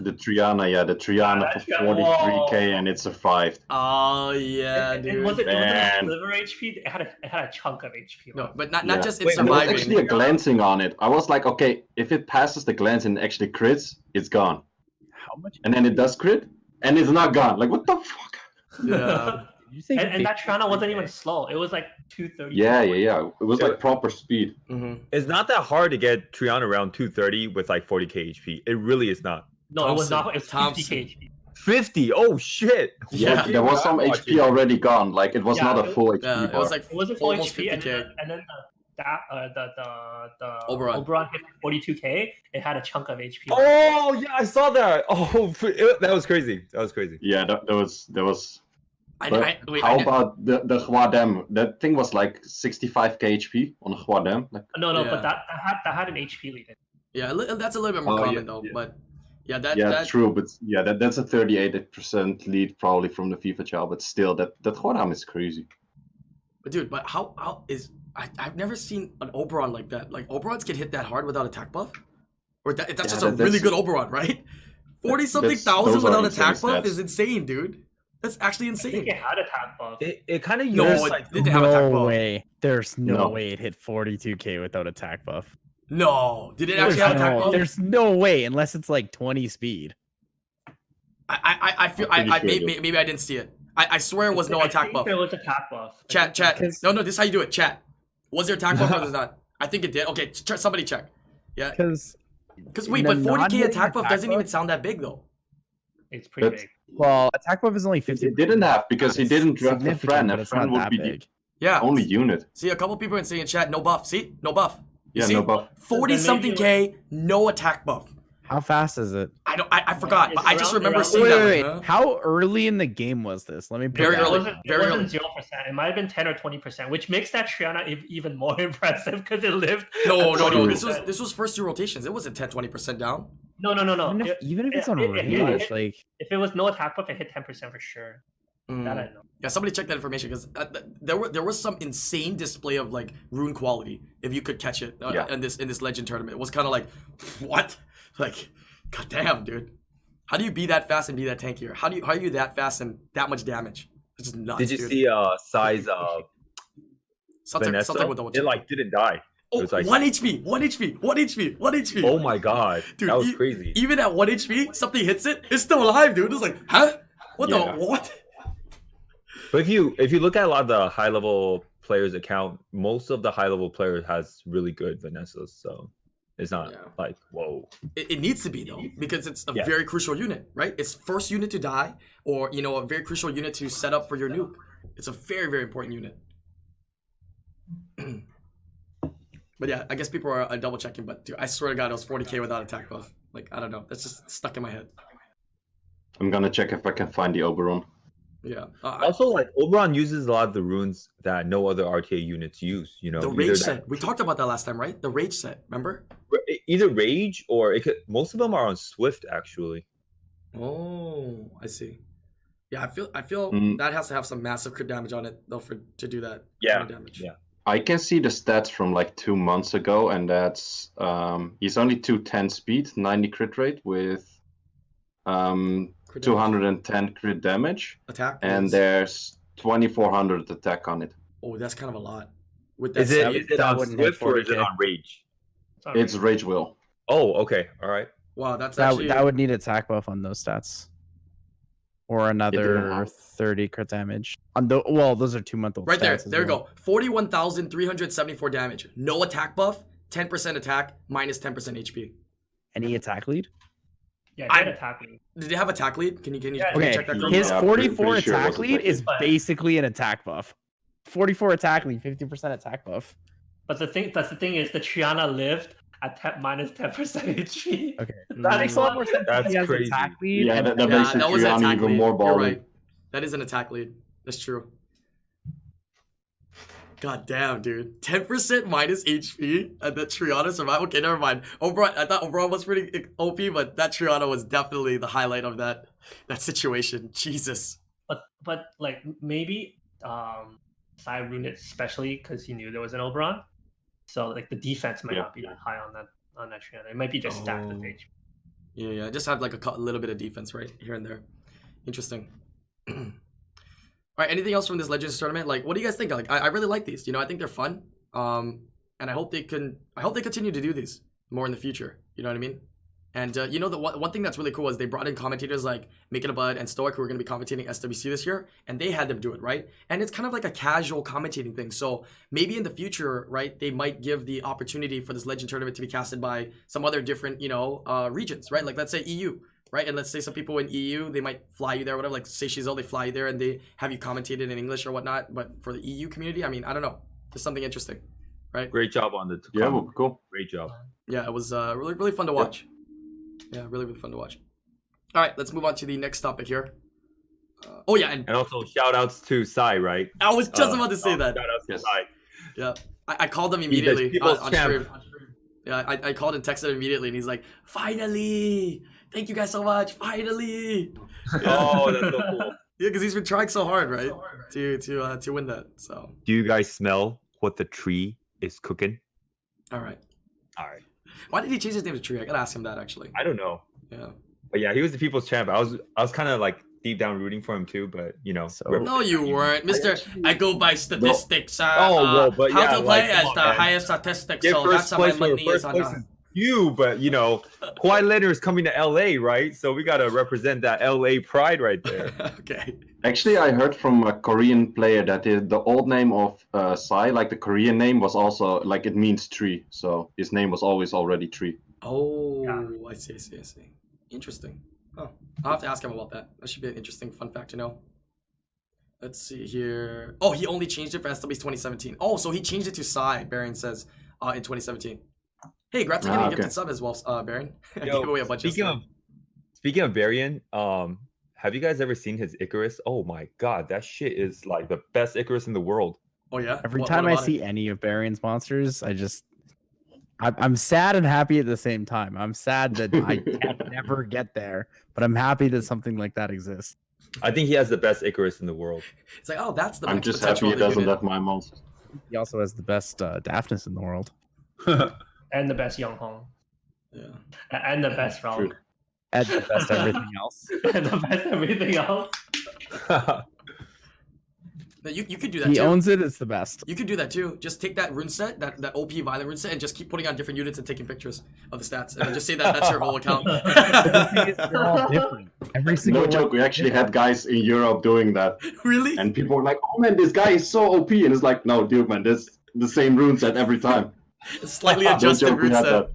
[SPEAKER 4] the Triana? Yeah, the Triana for
[SPEAKER 3] Yeah,
[SPEAKER 4] 43k
[SPEAKER 3] whoa.
[SPEAKER 4] and it survived.
[SPEAKER 2] Oh, yeah,
[SPEAKER 3] and,
[SPEAKER 2] dude.
[SPEAKER 3] and was it, was it like
[SPEAKER 4] Man.
[SPEAKER 3] liver HP? It had a, it had a chunk of HP.
[SPEAKER 2] no,
[SPEAKER 3] left.
[SPEAKER 2] but not, not
[SPEAKER 4] Yeah.
[SPEAKER 2] just it
[SPEAKER 5] Wait,
[SPEAKER 4] And there was
[SPEAKER 5] Surviving.
[SPEAKER 4] actually a
[SPEAKER 2] surviving.
[SPEAKER 4] glancing on it. I was like, okay, if it passes the glance and actually crits, it's gone.
[SPEAKER 1] How much
[SPEAKER 4] And then it does crit, and it's not gone. Like what the fuck?
[SPEAKER 2] Yeah.
[SPEAKER 1] did you say?
[SPEAKER 3] and, and that
[SPEAKER 1] 53?
[SPEAKER 3] Triana wasn't even slow. It was like two thirty.
[SPEAKER 4] Yeah, yeah, yeah. It was
[SPEAKER 5] Yeah.
[SPEAKER 4] like proper speed.
[SPEAKER 2] hmm
[SPEAKER 5] It's not that hard to get Triana around 230 with like 40k HP. It really is not.
[SPEAKER 3] No, it was not. It was
[SPEAKER 2] Thompson.
[SPEAKER 3] fifty K HP.
[SPEAKER 5] 50. Oh shit.
[SPEAKER 2] Yeah.
[SPEAKER 5] What
[SPEAKER 4] there was
[SPEAKER 5] game
[SPEAKER 4] some
[SPEAKER 5] I'm
[SPEAKER 4] HP
[SPEAKER 5] watching?
[SPEAKER 4] already gone. Like it was
[SPEAKER 3] Yeah,
[SPEAKER 4] not
[SPEAKER 3] it
[SPEAKER 4] a full HP
[SPEAKER 2] Yeah, it
[SPEAKER 4] bar.
[SPEAKER 2] was like
[SPEAKER 3] It wasn't full
[SPEAKER 2] almost
[SPEAKER 3] HP, and
[SPEAKER 2] 50k.
[SPEAKER 3] then, and then the that uh, the the the
[SPEAKER 2] Oberon.
[SPEAKER 3] Oberon hit 42k. It had a chunk of HP.
[SPEAKER 5] Oh yeah, I saw that. Oh, f- it- that was crazy. That was crazy.
[SPEAKER 4] Yeah, that, that was that was.
[SPEAKER 2] I,
[SPEAKER 4] But
[SPEAKER 2] I, wait, I
[SPEAKER 4] How
[SPEAKER 2] did-
[SPEAKER 4] about the the Hua Dam? That thing was like 65k HP on the Hua Dam. Like,
[SPEAKER 3] No, no,
[SPEAKER 2] Yeah.
[SPEAKER 3] but that, that had that had an HP lead. in it.
[SPEAKER 2] yeah, a li- that's a little bit more
[SPEAKER 4] Oh, yeah,
[SPEAKER 2] common though.
[SPEAKER 4] yeah.
[SPEAKER 2] But yeah, that
[SPEAKER 4] yeah,
[SPEAKER 2] that
[SPEAKER 4] true, but yeah, that, that's a 38% lead probably from the FIFA child, but still, that that Hua Dam is crazy.
[SPEAKER 2] But dude, but how how is I, I've never seen an Oberon like that. Like Oberons can hit that hard without attack buff, or that, that's
[SPEAKER 4] Yeah,
[SPEAKER 2] just a
[SPEAKER 4] that-
[SPEAKER 2] really
[SPEAKER 4] that's-
[SPEAKER 2] good Oberon, right? Forty something
[SPEAKER 4] that's-
[SPEAKER 2] thousand
[SPEAKER 4] those are
[SPEAKER 2] without
[SPEAKER 4] insane
[SPEAKER 2] attack buff
[SPEAKER 4] stats.
[SPEAKER 2] is insane, dude. That's actually
[SPEAKER 3] I think
[SPEAKER 2] insane.
[SPEAKER 3] it had attack buff.
[SPEAKER 5] It, it kind of
[SPEAKER 2] No,
[SPEAKER 5] uses
[SPEAKER 2] it
[SPEAKER 5] like
[SPEAKER 2] didn't have attack
[SPEAKER 1] no
[SPEAKER 2] buff.
[SPEAKER 1] way. There's no,
[SPEAKER 4] No.
[SPEAKER 1] way it hit 42k without attack buff.
[SPEAKER 2] No, did it
[SPEAKER 1] There's
[SPEAKER 2] actually have attack
[SPEAKER 1] no,
[SPEAKER 2] buff?
[SPEAKER 1] there's no way unless it's like 20 speed.
[SPEAKER 2] I I- I I feel I,
[SPEAKER 4] I'm
[SPEAKER 2] I
[SPEAKER 4] pretty
[SPEAKER 2] may,
[SPEAKER 4] sure it
[SPEAKER 2] may- maybe I didn't see it. I, I swear it was no
[SPEAKER 3] I
[SPEAKER 2] attack
[SPEAKER 3] think
[SPEAKER 2] buff.
[SPEAKER 3] There was attack buff. I
[SPEAKER 2] Chat
[SPEAKER 3] think-
[SPEAKER 2] chat.
[SPEAKER 1] Because-
[SPEAKER 2] No no, this is how you do it. Chat. Was there attack buff or was there not? I think it did. Okay, ch- ch- somebody check. Yeah,
[SPEAKER 1] Because
[SPEAKER 2] because wait,
[SPEAKER 1] the
[SPEAKER 2] but forty k
[SPEAKER 1] non-hitting
[SPEAKER 2] attack buff
[SPEAKER 1] attack
[SPEAKER 2] doesn't even
[SPEAKER 1] buff-
[SPEAKER 2] sound that big though.
[SPEAKER 3] It's pretty
[SPEAKER 4] But-
[SPEAKER 3] big.
[SPEAKER 1] well, attack buff is only 50.
[SPEAKER 4] It didn't have because he
[SPEAKER 1] It's
[SPEAKER 4] didn't draft a
[SPEAKER 1] significant,
[SPEAKER 4] friend.
[SPEAKER 1] but
[SPEAKER 4] A
[SPEAKER 1] it's not
[SPEAKER 4] friend would
[SPEAKER 1] that
[SPEAKER 4] be
[SPEAKER 1] big.
[SPEAKER 2] Yeah,
[SPEAKER 4] the only unit.
[SPEAKER 2] See, a couple people are saying in chat, no buff. See, no buff. You
[SPEAKER 4] Yeah,
[SPEAKER 2] see?
[SPEAKER 4] no buff.
[SPEAKER 2] Forty something
[SPEAKER 3] Then
[SPEAKER 2] K, no attack buff.
[SPEAKER 1] How fast is it?
[SPEAKER 2] I don't. I, I forgot,
[SPEAKER 3] It's
[SPEAKER 2] but I just
[SPEAKER 3] around-
[SPEAKER 2] remember
[SPEAKER 3] around-
[SPEAKER 2] seeing
[SPEAKER 1] Wait,
[SPEAKER 2] that.
[SPEAKER 1] wait,
[SPEAKER 2] huh?
[SPEAKER 1] wait. How early in the game was this? Let me put
[SPEAKER 2] Very
[SPEAKER 1] that.
[SPEAKER 3] It
[SPEAKER 2] early.
[SPEAKER 3] wasn't,
[SPEAKER 2] very
[SPEAKER 3] it
[SPEAKER 2] early.
[SPEAKER 3] wasn't zero percent. It might have been ten or twenty percent, which makes that Triana ev- even more impressive because it lived.
[SPEAKER 2] No, no, no.
[SPEAKER 4] True.
[SPEAKER 2] This was this was first two rotations. It wasn't 10, 20 percent down.
[SPEAKER 3] No, no, no, no.
[SPEAKER 1] Even if,
[SPEAKER 3] If-
[SPEAKER 1] even if it's
[SPEAKER 3] it-
[SPEAKER 1] on
[SPEAKER 3] it- it-
[SPEAKER 1] radio,
[SPEAKER 4] it-
[SPEAKER 1] it's like
[SPEAKER 3] if it was no attack buff, it hit ten percent for sure.
[SPEAKER 2] Mm.
[SPEAKER 3] That I know.
[SPEAKER 2] Yeah, somebody check that information because uh, th- there were there was some insane display of like rune quality if you could catch it uh,
[SPEAKER 4] Yeah.
[SPEAKER 2] in this in this legend tournament. It was kind of like what, like, goddamn, dude. How do you be that fast and be that tankier? How do you how are you that fast and that much damage? It's just nuts.
[SPEAKER 5] Did you
[SPEAKER 2] dude.
[SPEAKER 5] see uh size uh
[SPEAKER 2] something,
[SPEAKER 5] Vanessa?
[SPEAKER 2] something with the
[SPEAKER 5] it like didn't die.
[SPEAKER 2] Oh,
[SPEAKER 5] It was like-
[SPEAKER 2] one HP, one HP, one HP, one HP.
[SPEAKER 5] Oh my god,
[SPEAKER 2] Dude,
[SPEAKER 5] that was
[SPEAKER 2] you-
[SPEAKER 5] crazy.
[SPEAKER 2] Even at one HP, something hits it. It's still alive, dude. It's like, huh? What
[SPEAKER 4] Yeah.
[SPEAKER 2] the what?
[SPEAKER 5] But if you if you look at a lot of the high level players account, most of the high level players has really good Vanessas, so it's not
[SPEAKER 2] Yeah.
[SPEAKER 5] like whoa.
[SPEAKER 2] It, it needs to be though, because it's a
[SPEAKER 5] Yeah.
[SPEAKER 2] very crucial unit, right? It's first unit to die, or you know, a very crucial unit to set up for your nuke. It's a very very important unit. but yeah, I guess people are uh, double checking. But dude, I swear to God, it was 40k without attack buff. Like I don't know, that's just stuck in my head.
[SPEAKER 4] I'm gonna check if I can find the Oberon.
[SPEAKER 2] Yeah. Uh, I-
[SPEAKER 5] Also, like Oberon uses a lot of the runes that no other RTA units use. You know,
[SPEAKER 2] the
[SPEAKER 5] either
[SPEAKER 2] rage
[SPEAKER 5] that-
[SPEAKER 2] set. We talked about that last time, right? The rage set. Remember?
[SPEAKER 5] ra- either rage or it could. Most of them are on Swift actually.
[SPEAKER 2] Oh, I see. Yeah, I feel I feel
[SPEAKER 4] Mm.
[SPEAKER 2] that has to have some massive crit damage on it though for to do that.
[SPEAKER 5] Yeah,
[SPEAKER 2] kind of damage.
[SPEAKER 5] yeah.
[SPEAKER 4] I can see the stats from like two months ago, and that's um, he's only 210 speed, 90 crit rate with um,
[SPEAKER 2] Crit damage.
[SPEAKER 4] 210 crit damage,
[SPEAKER 2] attack
[SPEAKER 4] and
[SPEAKER 2] wounds.
[SPEAKER 4] there's 2400 attack on it.
[SPEAKER 2] Oh, that's kind of a lot. With that,
[SPEAKER 5] Is it,
[SPEAKER 1] that-
[SPEAKER 5] is it
[SPEAKER 1] that
[SPEAKER 5] on
[SPEAKER 1] wouldn't hit
[SPEAKER 5] Swift or is it
[SPEAKER 1] 40K.
[SPEAKER 5] on rage?
[SPEAKER 3] not
[SPEAKER 4] It's
[SPEAKER 3] really-
[SPEAKER 4] Rage Will.
[SPEAKER 5] Oh, okay, all right.
[SPEAKER 2] wow, that's
[SPEAKER 1] that,
[SPEAKER 2] actually
[SPEAKER 1] that would need attack buff on those stats, or another
[SPEAKER 4] have-
[SPEAKER 1] 30 crit damage. On the well, those are two month old.
[SPEAKER 2] right there.
[SPEAKER 1] stats as
[SPEAKER 2] There we
[SPEAKER 1] well.
[SPEAKER 2] go. Forty-one thousand three hundred seventy-four damage. No attack buff. Ten percent attack. Minus ten percent HP.
[SPEAKER 1] Any attack lead?
[SPEAKER 3] yeah, it
[SPEAKER 2] I-
[SPEAKER 3] did attack me.
[SPEAKER 2] Did they have attack lead? Can you can you,
[SPEAKER 3] Yeah,
[SPEAKER 2] can you
[SPEAKER 1] Okay,
[SPEAKER 2] check that?
[SPEAKER 4] Yeah.
[SPEAKER 2] Chrome?
[SPEAKER 1] his
[SPEAKER 4] I'm pretty-
[SPEAKER 1] 44
[SPEAKER 4] pretty sure it
[SPEAKER 1] attack
[SPEAKER 4] wasn't
[SPEAKER 1] lead
[SPEAKER 4] affected.
[SPEAKER 1] is basically an attack buff. 44 attack lead, 50% attack buff.
[SPEAKER 3] But the thing, that's the thing is, the Triana lived at te- minus ten percent HP.
[SPEAKER 1] Okay,
[SPEAKER 2] Mm.
[SPEAKER 1] that makes a lot more sense.
[SPEAKER 5] That's
[SPEAKER 1] he has
[SPEAKER 5] crazy.
[SPEAKER 1] attack lead.
[SPEAKER 4] Yeah,
[SPEAKER 1] and-
[SPEAKER 4] that, that
[SPEAKER 2] Nah,
[SPEAKER 4] makes
[SPEAKER 2] that was an
[SPEAKER 4] Triana
[SPEAKER 2] attack
[SPEAKER 4] even
[SPEAKER 2] lead.
[SPEAKER 4] more
[SPEAKER 2] You're
[SPEAKER 4] balling.
[SPEAKER 2] right. That is an attack lead. That's true. God damn, dude. 10% minus HP and the Triana survival. Okay, never mind. Oberon, I thought Oberon was pretty OP, but that Triana was definitely the highlight of that that situation. Jesus.
[SPEAKER 3] But but like maybe um, Sai ruined it especially because he knew there was an Oberon, so like the defense might
[SPEAKER 4] Yeah.
[SPEAKER 3] not be that high on that on that Triana. It might be just stacked with
[SPEAKER 2] Oh.
[SPEAKER 3] HP.
[SPEAKER 2] Yeah, yeah. Just have like a cou- little bit of defense right here and there. Interesting. All right. Anything else from this Legends tournament? Like, what do you guys think? Like, I, I really like these. You know, I think they're fun. Um, and I hope they can. I hope they continue to do these more in the future. You know what I mean? And uh, you know the one, one thing that's really cool is they brought in commentators like Making a Bud and Stoic who are going to be commentating SWC this year, and they had them do it right. And it's kind of like a casual commentating thing. So maybe in the future, right, they might give the opportunity for this Legend tournament to be casted by some other different, you know, uh, regions, right? Like let's say EU, right? And let's say some people in EU, they might fly you there, whatever. Like say Shizel, they fly you there E and they have you commentated in English or whatnot. But for the EU community, I mean, I don't know, there's something interesting, right?
[SPEAKER 5] Great job on the
[SPEAKER 4] Yeah,
[SPEAKER 5] Takamo.
[SPEAKER 4] well, cool.
[SPEAKER 5] Great job.
[SPEAKER 2] Yeah, it was uh, really really fun to watch. Yeah, really really fun to watch. All right, let's move on to the next topic here. Uh, oh yeah, and
[SPEAKER 5] And also shout outs to Sai, right?
[SPEAKER 2] I was just
[SPEAKER 5] Uh,
[SPEAKER 2] about to say that.
[SPEAKER 5] Shout outs to
[SPEAKER 4] Yes.
[SPEAKER 5] Sai.
[SPEAKER 2] I, I called him
[SPEAKER 5] He does
[SPEAKER 2] immediately on,
[SPEAKER 5] people's
[SPEAKER 2] on
[SPEAKER 5] champ.
[SPEAKER 2] stream. Yeah, I, I called and texted him immediately, and he's like, "Finally, thank you guys so much. Finally,
[SPEAKER 5] Oh, that's so cool.
[SPEAKER 2] yeah, because he's been trying so hard, right, to to uh, to win that." So,
[SPEAKER 5] Do you guys smell what the tree is cooking?
[SPEAKER 2] all right,
[SPEAKER 5] All right.
[SPEAKER 2] why did he change his name to Tree? I gotta ask him that actually.
[SPEAKER 5] I don't know.
[SPEAKER 2] Yeah,
[SPEAKER 5] But yeah, he was the people's champ. I was I was kind of like deep down rooting for him too, but you know.
[SPEAKER 1] So-
[SPEAKER 2] no,
[SPEAKER 5] represent
[SPEAKER 2] you
[SPEAKER 5] him.
[SPEAKER 2] weren't, Mister. I go by statistics. Uh,
[SPEAKER 5] Oh, well,
[SPEAKER 2] uh,
[SPEAKER 5] but
[SPEAKER 2] how
[SPEAKER 5] yeah,
[SPEAKER 2] to
[SPEAKER 5] like,
[SPEAKER 2] play
[SPEAKER 5] come
[SPEAKER 2] as
[SPEAKER 5] on,
[SPEAKER 2] the
[SPEAKER 5] man.
[SPEAKER 2] highest statistics.
[SPEAKER 5] Yeah,
[SPEAKER 2] so that's
[SPEAKER 5] first
[SPEAKER 2] how my
[SPEAKER 5] place, were-
[SPEAKER 2] money is
[SPEAKER 5] first
[SPEAKER 2] on.
[SPEAKER 5] place
[SPEAKER 2] that.
[SPEAKER 5] is you, but you know, Kawhi Leonard is coming to LA, right? So we gotta represent that LA pride right there.
[SPEAKER 2] okay.
[SPEAKER 4] Actually, I heard from a Korean player that the, the old name of uh, Sai, like the Korean name, was also like it means tree. So his name was always already tree.
[SPEAKER 2] Oh, I see, I see, I see. Interesting. Oh, I'll have to ask him about that. That should be an interesting fun fact to know. Let's see here. Oh, he only changed it for SW's 2017. Oh, so he changed it to Psy, Baron says, uh, in 2017. Hey, congrats on
[SPEAKER 4] Ah,
[SPEAKER 2] getting a
[SPEAKER 4] okay.
[SPEAKER 2] gifted sub as well, uh, Baron. I
[SPEAKER 5] Yo,
[SPEAKER 2] gave away a bunch of
[SPEAKER 5] speaking
[SPEAKER 2] stuff.
[SPEAKER 5] of speaking of Varian, um, have you guys ever seen his Icarus? Oh my god, that shit is like the best Icarus in the world.
[SPEAKER 2] Oh, yeah?
[SPEAKER 1] Every
[SPEAKER 2] What- what
[SPEAKER 1] time I
[SPEAKER 2] about it?
[SPEAKER 1] see any of Barion's monsters, I just I'm, I'm sad and happy at the same time. I'm sad that I can never get there, but I'm happy that something like that exists.
[SPEAKER 5] I think he has the best Icarus in the world.
[SPEAKER 2] It's like, oh, that's the
[SPEAKER 4] I'm
[SPEAKER 2] max
[SPEAKER 4] just
[SPEAKER 2] potential
[SPEAKER 4] happy it
[SPEAKER 2] of the
[SPEAKER 4] doesn't
[SPEAKER 2] unit.
[SPEAKER 4] have my monster.
[SPEAKER 1] He also has the best uh, Daphnis in the world.
[SPEAKER 3] and the best Young Hong,
[SPEAKER 2] Yeah.
[SPEAKER 3] A- and the best Realm,
[SPEAKER 1] And the best everything else.
[SPEAKER 3] and the best everything else.
[SPEAKER 2] No, You, you could do that
[SPEAKER 1] He
[SPEAKER 2] too.
[SPEAKER 1] owns it. It's the best.
[SPEAKER 2] You could do that too. Just take that rune set, that, that OP violent rune set, and just keep putting on different units and taking pictures of the stats. And then just say that that's your whole account.
[SPEAKER 1] They're all different. Every single
[SPEAKER 4] No
[SPEAKER 1] one.
[SPEAKER 4] joke, we actually had guys in Europe doing that,
[SPEAKER 2] really?
[SPEAKER 4] and people were like, "Oh man, this guy is so OP," and it's like, "No, dude, man, this the same rune set every time."
[SPEAKER 2] Slightly
[SPEAKER 4] No
[SPEAKER 2] adjusted
[SPEAKER 4] joke, we
[SPEAKER 2] rune
[SPEAKER 4] had
[SPEAKER 2] set.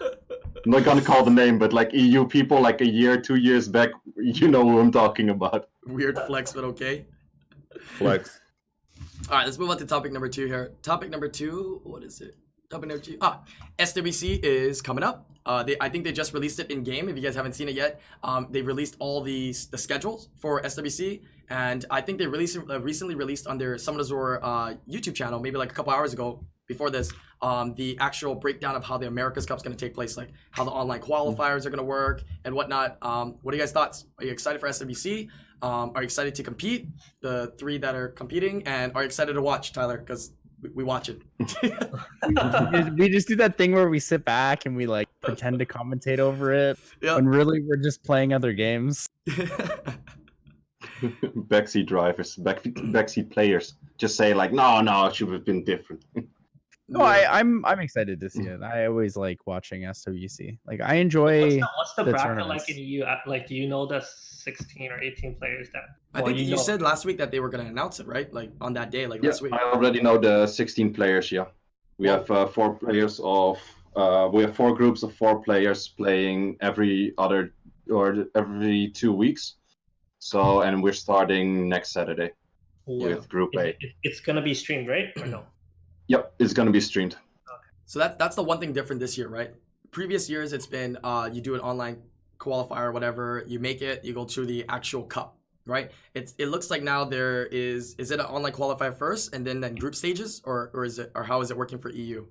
[SPEAKER 4] that. I'm not gonna call the name, but like EU people, like a year, two years back, you know who I'm talking about.
[SPEAKER 2] Weird flex, but okay.
[SPEAKER 5] Flex.
[SPEAKER 2] All right, let's move on to topic number two here. Topic number two, what is it? Topic number two. Ah, SWC is coming up. Uh, they, I think they just released it in game. If you guys haven't seen it yet, um, they released all the the schedules for SWC, and I think they released uh, recently released on their Summon Azure uh, YouTube channel, maybe like a couple hours ago. Before this, um, the actual breakdown of how the America's Cup's going to take place, like how the online qualifiers are going to work and whatnot. Um, what are you guys' thoughts? Are you excited for SWC? Um, are you excited to compete? The three that are competing, and are you excited to watch Tyler? Because we, we watch it.
[SPEAKER 1] We just- we just do that thing where we sit back and we like pretend to commentate over it,
[SPEAKER 2] Yeah.
[SPEAKER 1] when really we're just playing other games.
[SPEAKER 4] backseat drivers, back backseat players, just say like, "No, no, it should have been different."
[SPEAKER 1] No, I, I'm I'm excited to see it. I always like watching SWC. Like I enjoy.
[SPEAKER 3] What's the, what's the
[SPEAKER 1] the
[SPEAKER 3] bracket like
[SPEAKER 1] tournaments.
[SPEAKER 3] in EU? Uh, Like, do you know the 16 or 18 players that?
[SPEAKER 2] I
[SPEAKER 3] well,
[SPEAKER 2] think you
[SPEAKER 3] know-
[SPEAKER 2] said last week that they were going to announce it, right? Like on that day, like
[SPEAKER 4] Yes,
[SPEAKER 2] last week.
[SPEAKER 4] I already know the 16 players. Yeah, we have uh, four players of uh, we have four groups of four players playing every other or every two weeks. So and we're starting next Saturday with Group
[SPEAKER 3] It-
[SPEAKER 2] Mm-hmm.
[SPEAKER 4] A.
[SPEAKER 3] it- it's gonna be streamed, right? Or no?
[SPEAKER 4] Yep, it's gonna be streamed.
[SPEAKER 2] So that that's the one thing different this year, right? Previous years, it's been uh, you do an online qualifier or whatever, you make it, you go to the actual cup, right? It's it looks like now there is is it an online qualifier first and then then group stages, or or is it or how is it working for E EU?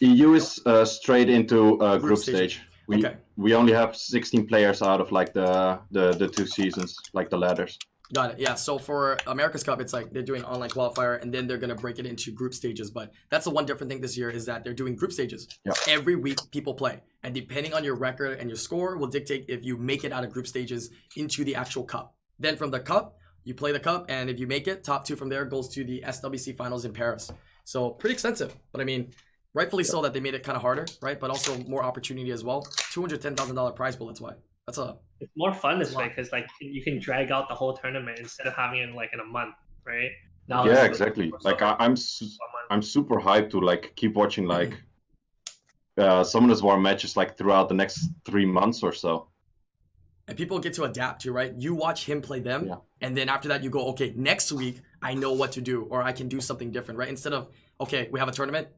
[SPEAKER 4] EU is uh, straight into uh,
[SPEAKER 2] Group
[SPEAKER 4] group,
[SPEAKER 2] stage.
[SPEAKER 4] stage. We
[SPEAKER 2] Okay.
[SPEAKER 4] we only have 16 players out of like the the the two seasons, like the ladders.
[SPEAKER 2] Got it. Yeah. So for America's Cup, it's like they're doing online qualifier and then they're gonna break it into group stages. But that's the one different thing this year is that they're doing group stages.
[SPEAKER 4] Yeah.
[SPEAKER 2] Every week people play. And depending on your record and your score will dictate if you make it out of group stages into the actual cup. Then from the cup, you play the cup, and if you make it, top two from there goes to the SWC finals in Paris. So pretty extensive. But I mean, rightfully so that they made it kind of harder, right? But also more opportunity as well. Two hundred ten thousand dollar prize pool, that's why. That's a
[SPEAKER 3] It's more fun this way
[SPEAKER 2] Wow.
[SPEAKER 3] because like you can drag out the whole tournament instead of having it like in a month, right? Now
[SPEAKER 4] yeah,
[SPEAKER 3] it's-
[SPEAKER 4] exactly.
[SPEAKER 3] it's
[SPEAKER 4] Like I, I'm s-
[SPEAKER 3] a month.
[SPEAKER 4] I'm super hyped to like keep watching like uh Summoners War matches like throughout the next three months or so.
[SPEAKER 2] and people get to adapt to right you watch him play them
[SPEAKER 4] Yeah.
[SPEAKER 2] and then after that you go okay next week i know what to do or i can do something different right instead of okay, we have a tournament.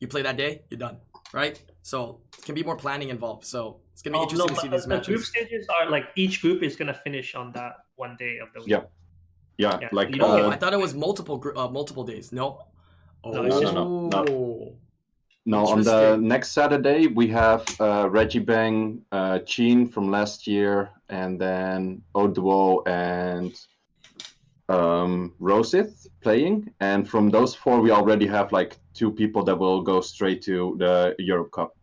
[SPEAKER 2] You play that day, you're done, right? So it can be more planning involved. So it's gonna be
[SPEAKER 3] Oh, no,
[SPEAKER 2] interesting to see
[SPEAKER 3] but
[SPEAKER 2] these
[SPEAKER 3] the group
[SPEAKER 2] matches.
[SPEAKER 3] stages are like each group is gonna finish on that one day of the week.
[SPEAKER 4] Yeah. Yeah,
[SPEAKER 3] Yeah,
[SPEAKER 4] like
[SPEAKER 3] you don't
[SPEAKER 2] Oh,
[SPEAKER 4] uh,
[SPEAKER 2] I thought it was multiple gr- uh, multiple days. No. Oh,
[SPEAKER 3] No, it's just-
[SPEAKER 4] No, no,
[SPEAKER 2] no.
[SPEAKER 4] No, on the
[SPEAKER 2] Interesting.
[SPEAKER 4] next Saturday we have uh, Reggie Bang, uh, Chin from last year, and then Oduo and um, Rosith playing. And from those four, we already have like two people that will go straight to the Europe Cup.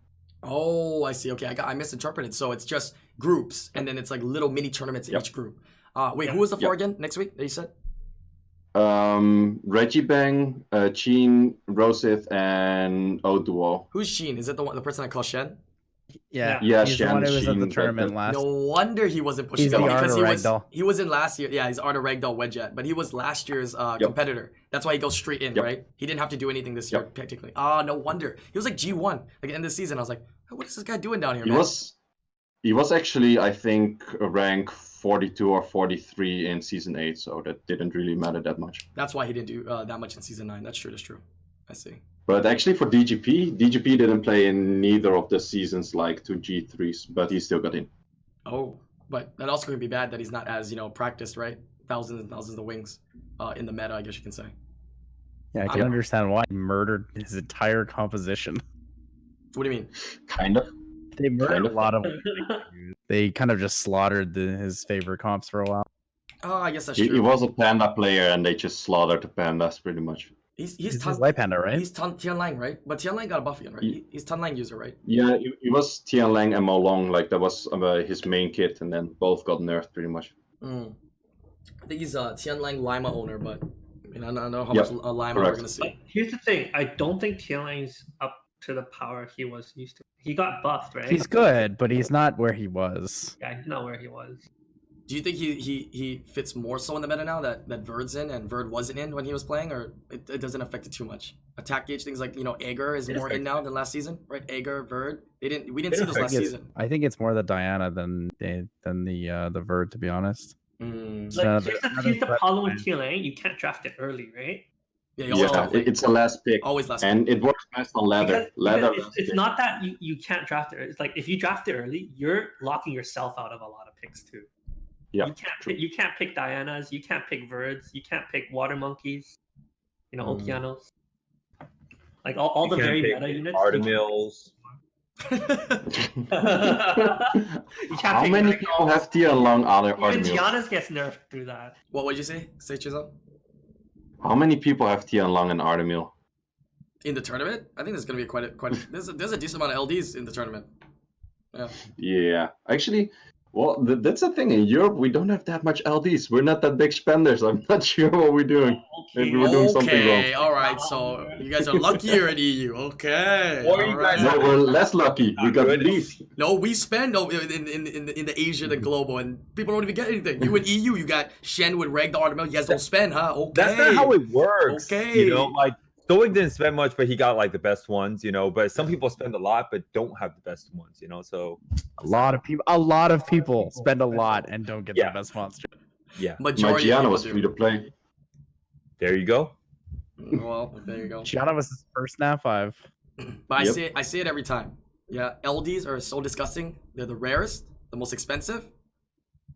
[SPEAKER 2] Oh, I see. Okay, I got I misinterpreted. So it's just groups, and then it's like little mini tournaments in
[SPEAKER 4] Yep.
[SPEAKER 2] each group. Uh, wait,
[SPEAKER 3] Yep.
[SPEAKER 2] who was the four
[SPEAKER 4] Yep.
[SPEAKER 2] again next week? That you said.
[SPEAKER 4] Um, Reggie Bang, uh, Chin, Rosith, and Oduo.
[SPEAKER 2] Who's Sheen? Is it the one, the person I call Shen?
[SPEAKER 1] Yeah.
[SPEAKER 4] Yeah,
[SPEAKER 1] he's the one who was at
[SPEAKER 4] Shan-
[SPEAKER 1] the
[SPEAKER 4] Shan-
[SPEAKER 1] tournament last.
[SPEAKER 2] No wonder he wasn't pushing
[SPEAKER 1] He's
[SPEAKER 2] out
[SPEAKER 1] the Arda
[SPEAKER 2] because he was
[SPEAKER 1] Ragdoll.
[SPEAKER 2] he was in last year. Yeah, he's Arda Ragdoll Wedget, but he was last year's uh,
[SPEAKER 4] Yep.
[SPEAKER 2] competitor. That's why he goes straight in,
[SPEAKER 4] Yep.
[SPEAKER 2] right? He didn't have to do anything this
[SPEAKER 4] Yep.
[SPEAKER 2] year technically. Ah, no wonder he was like G one like end of the season. I was like, what is this guy doing down here?
[SPEAKER 4] He
[SPEAKER 2] man?
[SPEAKER 4] was, he was actually, I think, rank 42 or 43 in season eight, so that didn't really matter that much.
[SPEAKER 2] That's why he didn't do uh, that much in season nine. That's true. That's true. I see.
[SPEAKER 4] But actually, for DGP, DGP didn't play in neither of the seasons, like two G3s, but he still got in.
[SPEAKER 2] Oh, but that also could be bad that he's not as you know practiced, right? Thousands and thousands of wings uh, in the meta, I guess you can say.
[SPEAKER 1] Yeah, I can
[SPEAKER 2] Yeah.
[SPEAKER 1] understand why he murdered his entire composition.
[SPEAKER 2] What do you mean?
[SPEAKER 4] Kind of.
[SPEAKER 1] They murdered
[SPEAKER 4] Kind
[SPEAKER 1] a
[SPEAKER 4] of.
[SPEAKER 1] lot of.
[SPEAKER 2] Oh.
[SPEAKER 1] They kind of just slaughtered the, his favorite comps for a while.
[SPEAKER 2] Oh, I guess that's
[SPEAKER 4] He,
[SPEAKER 2] true.
[SPEAKER 4] he was a panda player, and they just slaughtered the pandas pretty much.
[SPEAKER 2] he's
[SPEAKER 1] He's,
[SPEAKER 2] he's
[SPEAKER 1] his
[SPEAKER 2] Tan,
[SPEAKER 1] light panda, right?
[SPEAKER 2] he's Tan Tianlang, right? But Tianlang got a buff again, right?
[SPEAKER 4] Ye-
[SPEAKER 2] He, he's Tianlang user, right?
[SPEAKER 4] Yeah, it, it was Tian Lang and Mo Long, like that was uh, his main kit, and then both got nerfed pretty much.
[SPEAKER 2] Mm. I think he's a Tianlang Lima owner, but I, mean, I don't I don't know how
[SPEAKER 4] Yeah,
[SPEAKER 2] much uh, Lima we're
[SPEAKER 4] correct.
[SPEAKER 2] gonna see.
[SPEAKER 3] But here's the thing: I don't think Tianling's up to the power he was used to. He got buffed, right?
[SPEAKER 1] He's good, but he's not where he was.
[SPEAKER 3] Yeah, he's not where he was.
[SPEAKER 2] Do you think he, he, he fits more so in the meta now that, that Verd's in and Verd wasn't in when he was playing, or it, it doesn't affect it too much? Attack gauge things like you know Agar is
[SPEAKER 3] It
[SPEAKER 2] more in
[SPEAKER 3] affects
[SPEAKER 2] now than last season, right? Agar, Verd, they didn't we didn't
[SPEAKER 5] It
[SPEAKER 2] see those last
[SPEAKER 5] affects
[SPEAKER 1] it.
[SPEAKER 2] season.
[SPEAKER 1] I think it's more the Diana than than the uh, the Verd, to be honest.
[SPEAKER 2] Mm.
[SPEAKER 1] It's
[SPEAKER 3] Like,
[SPEAKER 1] another-
[SPEAKER 3] here's the,
[SPEAKER 1] another
[SPEAKER 3] here's the
[SPEAKER 1] threat
[SPEAKER 3] problem
[SPEAKER 1] plan.
[SPEAKER 3] with Tianling: you can't draft it early, right?
[SPEAKER 2] Yeah, you always
[SPEAKER 4] Yeah,
[SPEAKER 2] draft
[SPEAKER 4] it-
[SPEAKER 2] late.
[SPEAKER 4] it's the last pick,
[SPEAKER 2] always last.
[SPEAKER 4] and it works best
[SPEAKER 3] Because-
[SPEAKER 4] on ladder. Ladder.
[SPEAKER 3] because
[SPEAKER 4] last
[SPEAKER 3] it's, it's
[SPEAKER 4] pick.
[SPEAKER 3] not that you, you can't draft it. It's like if you draft it early, you're locking yourself out of a lot of picks too.
[SPEAKER 4] Yeah,
[SPEAKER 3] You can't pick, you can't pick Dianas, you can't pick Verds, you can't pick Water Monkeys, you know,
[SPEAKER 2] Mm.
[SPEAKER 3] Okeanos. Like all, all the very meta units.
[SPEAKER 5] Artemils.
[SPEAKER 3] You can't
[SPEAKER 4] How
[SPEAKER 3] pick
[SPEAKER 4] many
[SPEAKER 3] Drake
[SPEAKER 4] people
[SPEAKER 3] off.
[SPEAKER 4] have Tian Lang other
[SPEAKER 3] Even
[SPEAKER 4] Artemis?
[SPEAKER 3] Giannis gets nerfed through that.
[SPEAKER 2] what would you say? Say Chisel?
[SPEAKER 4] How many people have Tian Lang and Artemil?
[SPEAKER 2] In the tournament? I think there's gonna be quite a quite a, there's a, there's a decent amount of LDs in the tournament.
[SPEAKER 4] Yeah, actually, well, th- that's the thing. In Europe, we don't have that much LDs. We're not that big spenders. I'm not sure what we're doing.
[SPEAKER 3] Okay.
[SPEAKER 4] Maybe We're doing something
[SPEAKER 2] okay,
[SPEAKER 3] wrong.
[SPEAKER 2] all right. So you guys are luckier in EU. Okay.
[SPEAKER 5] Or you
[SPEAKER 2] all
[SPEAKER 5] guys
[SPEAKER 4] No,
[SPEAKER 2] right.
[SPEAKER 4] we're less lucky. We got
[SPEAKER 5] Good.
[SPEAKER 4] these.
[SPEAKER 2] No, we spend over in in in, in the Asia the global, and people don't even get anything. You in EU, you got Shen with Ragdoll Artemil. You guys don't spend, huh? Okay.
[SPEAKER 5] That's not how it works. You know,
[SPEAKER 2] Okay.
[SPEAKER 5] like Stoic didn't spend much, but he got like the best ones, you know. But some people spend a lot but don't have the best ones, you know. So
[SPEAKER 1] A lot of people. A lot of people spend a lot and don't get
[SPEAKER 5] Yeah.
[SPEAKER 1] the best monster.
[SPEAKER 5] yeah,
[SPEAKER 4] My
[SPEAKER 2] Majority. of
[SPEAKER 4] Gianna
[SPEAKER 2] people
[SPEAKER 4] was
[SPEAKER 2] do.
[SPEAKER 4] free to play.
[SPEAKER 5] there you go.
[SPEAKER 2] Well, there you go.
[SPEAKER 1] Gianna was his first nat five.
[SPEAKER 2] But I
[SPEAKER 4] Yep.
[SPEAKER 2] say it, I say it every time. Yeah, LDs are so disgusting. They're the rarest, the most expensive,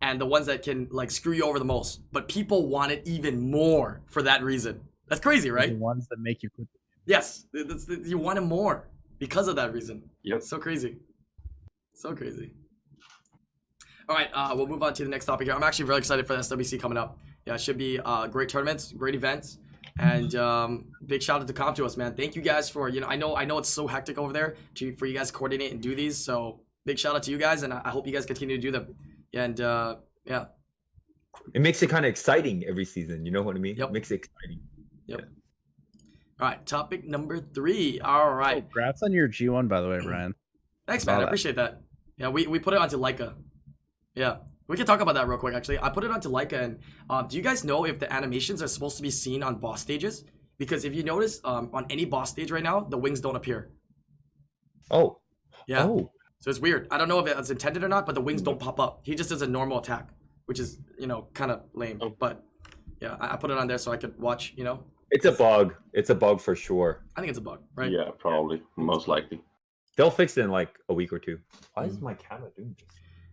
[SPEAKER 2] and the ones that can like screw you over the most. But people want it even more for that reason. That's crazy, right?
[SPEAKER 1] The ones that make you quit.
[SPEAKER 2] Yes, th- that's, th- you want it more because of that reason.
[SPEAKER 4] Yep.
[SPEAKER 2] So crazy, so crazy. All right, uh, we'll move on to the next topic here. I'm actually very excited for the SWC coming up. Yeah, it should be uh, great tournaments, great events, and um, big shout out to Comp to us, man. Thank you guys for you know I know I know it's so hectic over there to for you guys to coordinate and do these. So big shout out to you guys, and I, I hope you guys continue to do them. And uh, yeah,
[SPEAKER 5] It makes it kind of exciting every season. You know what I mean?
[SPEAKER 2] Yep.
[SPEAKER 5] Makes it exciting.
[SPEAKER 2] all right, topic number three. All right,
[SPEAKER 1] Oh, Congrats on your G1, by the way, Ryan.
[SPEAKER 2] Thanks,
[SPEAKER 1] Saw
[SPEAKER 2] man. I
[SPEAKER 1] that.
[SPEAKER 2] appreciate that. Yeah, we, we put it onto Leica. Yeah, we can talk about that real quick. Actually, I put it onto Leica, and um, do you guys know if the animations are supposed to be seen on boss stages? Because if you notice, um, on any boss stage right now, the wings don't appear.
[SPEAKER 5] Oh,
[SPEAKER 2] Yeah,
[SPEAKER 5] oh,
[SPEAKER 2] so it's weird. I don't know if it's intended or not, but the wings don't pop up. He just does a normal attack, which is you know kind of lame.
[SPEAKER 4] Oh.
[SPEAKER 2] But yeah, I, I put it on there so I could watch. You know,
[SPEAKER 5] It's a bug. It's a bug for sure.
[SPEAKER 2] I think it's a bug, right?
[SPEAKER 4] Yeah, probably, most likely.
[SPEAKER 5] They'll fix it in like a week or two. Why
[SPEAKER 2] Mm.
[SPEAKER 5] is my camera doing this?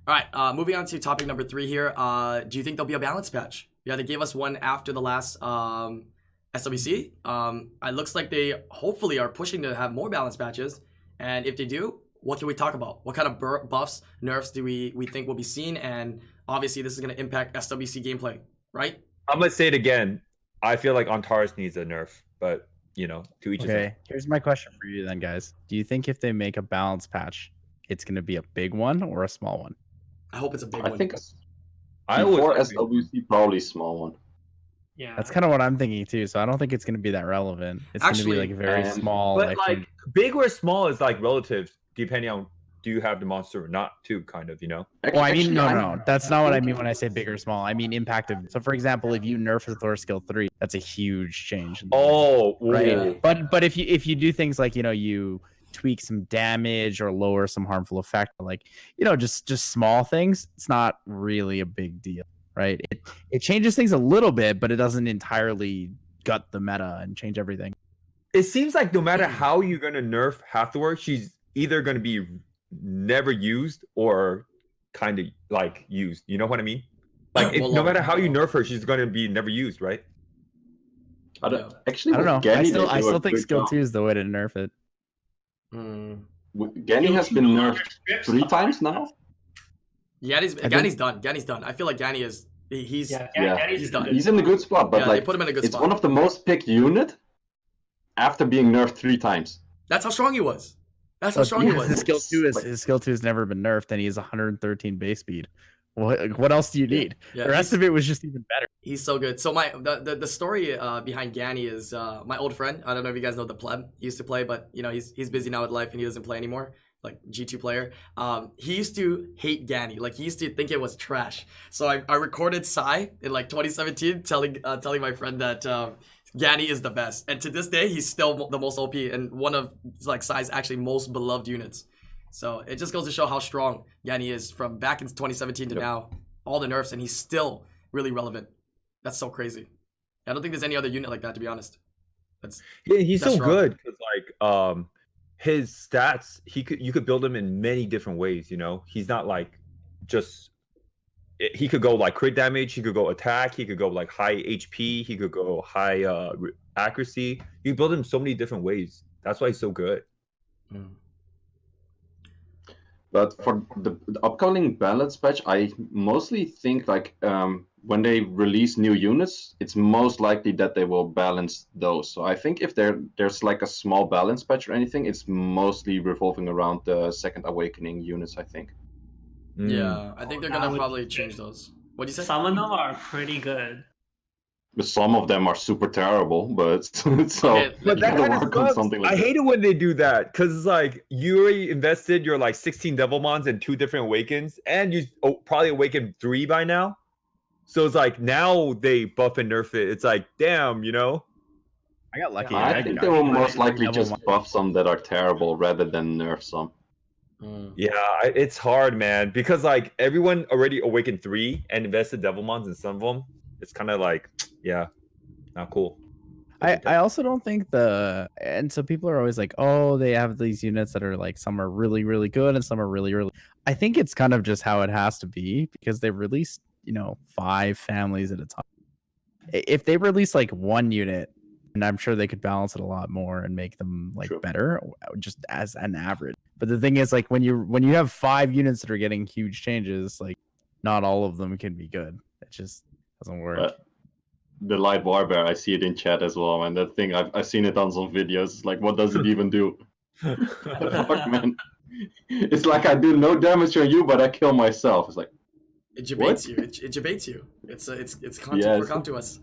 [SPEAKER 2] All right, uh, moving on to topic number three here. Uh, do you think there'll be a balance patch? Yeah, they gave us one after the last um, SWC. Um, it looks like they hopefully are pushing to have more balance patches. And if they do, what can we talk about? What kind of bur- buffs, nerfs do we, we think will be seen? And obviously, this is going to impact SWC gameplay, right?
[SPEAKER 5] I'm gonna say it again. I feel like Antares needs a nerf, but you know, to each his own.
[SPEAKER 1] Okay, here's my question for you then, guys. Do you think if they make a balance patch, it's going to be a big one or a small one?
[SPEAKER 2] I hope it's a big
[SPEAKER 4] I
[SPEAKER 2] one.
[SPEAKER 4] think
[SPEAKER 5] I always
[SPEAKER 4] before
[SPEAKER 5] argue-
[SPEAKER 4] SWC, probably small one.
[SPEAKER 3] Yeah,
[SPEAKER 1] That's kind of what I'm thinking too. So I don't think it's going to be that relevant. It's
[SPEAKER 2] Actually,
[SPEAKER 1] going to be like very
[SPEAKER 4] um,
[SPEAKER 1] small.
[SPEAKER 5] but
[SPEAKER 1] from-
[SPEAKER 5] like big or small is like relative, depending on do you have the monster or not, too. Kind of, you know.
[SPEAKER 1] Well, I mean, no,
[SPEAKER 4] Actually,
[SPEAKER 1] no, no, that's not what I mean when I say big or small. I mean impact of. So, for example, if you nerf a Thor skill three, that's a huge change. in the game.
[SPEAKER 5] Oh,
[SPEAKER 1] right.
[SPEAKER 5] ooh.
[SPEAKER 1] But but if you if you do things like you know you tweak some damage or lower some harmful effect, like you know just just small things, it's not really a big deal, right? It it changes things a little bit, but it doesn't entirely gut the meta and change everything.
[SPEAKER 5] It seems like no
[SPEAKER 1] Hmm.
[SPEAKER 5] matter how you're gonna nerf Hathor, she's either gonna be never used or kind of like used. You know what I mean? Like, it,
[SPEAKER 2] Well,
[SPEAKER 5] no
[SPEAKER 2] uh,
[SPEAKER 5] matter how you nerf her, she's gonna be never used, right?
[SPEAKER 4] I don't, actually,
[SPEAKER 1] I don't know.
[SPEAKER 4] with Genny,
[SPEAKER 1] I
[SPEAKER 4] they
[SPEAKER 1] still I
[SPEAKER 4] do a
[SPEAKER 1] still think
[SPEAKER 4] good
[SPEAKER 1] skill
[SPEAKER 4] job.
[SPEAKER 1] two is the way to nerf it.
[SPEAKER 2] Mm.
[SPEAKER 4] With- Genny has been nerfed three times now.
[SPEAKER 2] Yanni's,
[SPEAKER 1] think-
[SPEAKER 2] Yanni's done. Yanni's done. I feel like Yanni is. he- He's.
[SPEAKER 3] Yeah,
[SPEAKER 4] Yeah.
[SPEAKER 3] Danny's
[SPEAKER 2] He's
[SPEAKER 3] done.
[SPEAKER 2] done.
[SPEAKER 4] He's in a good spot, but
[SPEAKER 2] yeah,
[SPEAKER 4] like
[SPEAKER 2] they put him in a good
[SPEAKER 4] it's
[SPEAKER 2] spot.
[SPEAKER 4] one of the most picked unit after being nerfed three times.
[SPEAKER 2] That's how strong he was. That's
[SPEAKER 4] Oh,
[SPEAKER 2] how strong he
[SPEAKER 1] Because His
[SPEAKER 2] was.
[SPEAKER 1] skill two is his skill two has never been nerfed, and he has 113 base speed. What what else do you need?
[SPEAKER 2] Yeah,
[SPEAKER 1] the rest of it was just even better.
[SPEAKER 2] He's so good. So my the the, the story uh, behind Ganny is uh, my old friend. I don't know if you guys know the pleb he used to play, but you know he's he's busy now with life and he doesn't play anymore. Like G two player, um, he used to hate Ganny. Like he used to think it was trash. So I, I recorded Psy in like 2017, telling uh, telling my friend that um, Ganny is the best, and to this day he's still mo- the most OP and one of like Psy's actually most beloved units. So it just goes to show how strong Ganny is from back in 2017 to
[SPEAKER 4] Yep.
[SPEAKER 2] now. All the nerfs and he's still really relevant. That's so crazy. I don't think there's any other unit like that, to be honest.
[SPEAKER 5] Yeah, he's
[SPEAKER 2] That's
[SPEAKER 5] so
[SPEAKER 2] wrong.
[SPEAKER 5] good because like um his stats he could you could build him in many different ways, you know. He's not like just i- he could go like crit damage, he could go attack, he could go like high HP, he could go high uh re- accuracy. You build him so many different ways. That's why he's so good.
[SPEAKER 4] But for the, the upcoming balance patch, I mostly think like um, when they release new units, it's most likely that they will balance those. So I think if there there's like a small balance patch or anything, it's mostly revolving around the second awakening units. I think.
[SPEAKER 5] Mm.
[SPEAKER 2] Yeah, I think they're
[SPEAKER 3] Oh, That
[SPEAKER 2] gonna
[SPEAKER 3] would-
[SPEAKER 2] probably change those. What do you say?
[SPEAKER 3] Some of them are pretty good.
[SPEAKER 4] But some of them are super terrible. But so
[SPEAKER 2] Okay,
[SPEAKER 4] you
[SPEAKER 5] But that
[SPEAKER 4] gotta
[SPEAKER 5] kind of
[SPEAKER 4] work on
[SPEAKER 5] sucks.
[SPEAKER 4] something
[SPEAKER 5] I
[SPEAKER 4] like
[SPEAKER 5] hate it when they do that because it's like you already invested your like 16 Devilmons and two different Awakens, and you oh, probably awakened three by now. So it's like now they buff and nerf it. It's like, damn, you know?
[SPEAKER 1] I got lucky.
[SPEAKER 3] Yeah,
[SPEAKER 4] I
[SPEAKER 3] I
[SPEAKER 4] think
[SPEAKER 1] got-
[SPEAKER 4] they will
[SPEAKER 1] I
[SPEAKER 4] most
[SPEAKER 1] got
[SPEAKER 4] likely
[SPEAKER 1] double
[SPEAKER 4] just
[SPEAKER 1] one.
[SPEAKER 4] buff some that are terrible rather than nerf some.
[SPEAKER 2] Mm.
[SPEAKER 5] Yeah, I, it's hard, man, because like everyone already awakened three and invested Devilmons in some of them. It's kind of like, yeah, not cool.
[SPEAKER 1] I, I also don't think the and so people are always like, oh, they have these units that are like some are really really good and some are really really. I think it's kind of just how it has to be because they released you know five families at a time. I- If they release like one unit, and I'm sure they could balance it a lot more and make them like
[SPEAKER 4] True.
[SPEAKER 1] better, just as an average. But the thing is, like when you when you have five units that are getting huge changes, like not all of them can be good. It just doesn't
[SPEAKER 5] Uh,
[SPEAKER 1] work.
[SPEAKER 4] But the light bar bear, I see it in chat as well, man. That thing, I've, I've seen it on some videos. It's like, what does it even do? The fuck, man? It's like I do no damage on you, but I kill myself. It's like,
[SPEAKER 2] It debates you. It, it debates you. It's uh, it's it's content
[SPEAKER 4] Yeah,
[SPEAKER 2] for
[SPEAKER 4] it's-
[SPEAKER 2] come to us.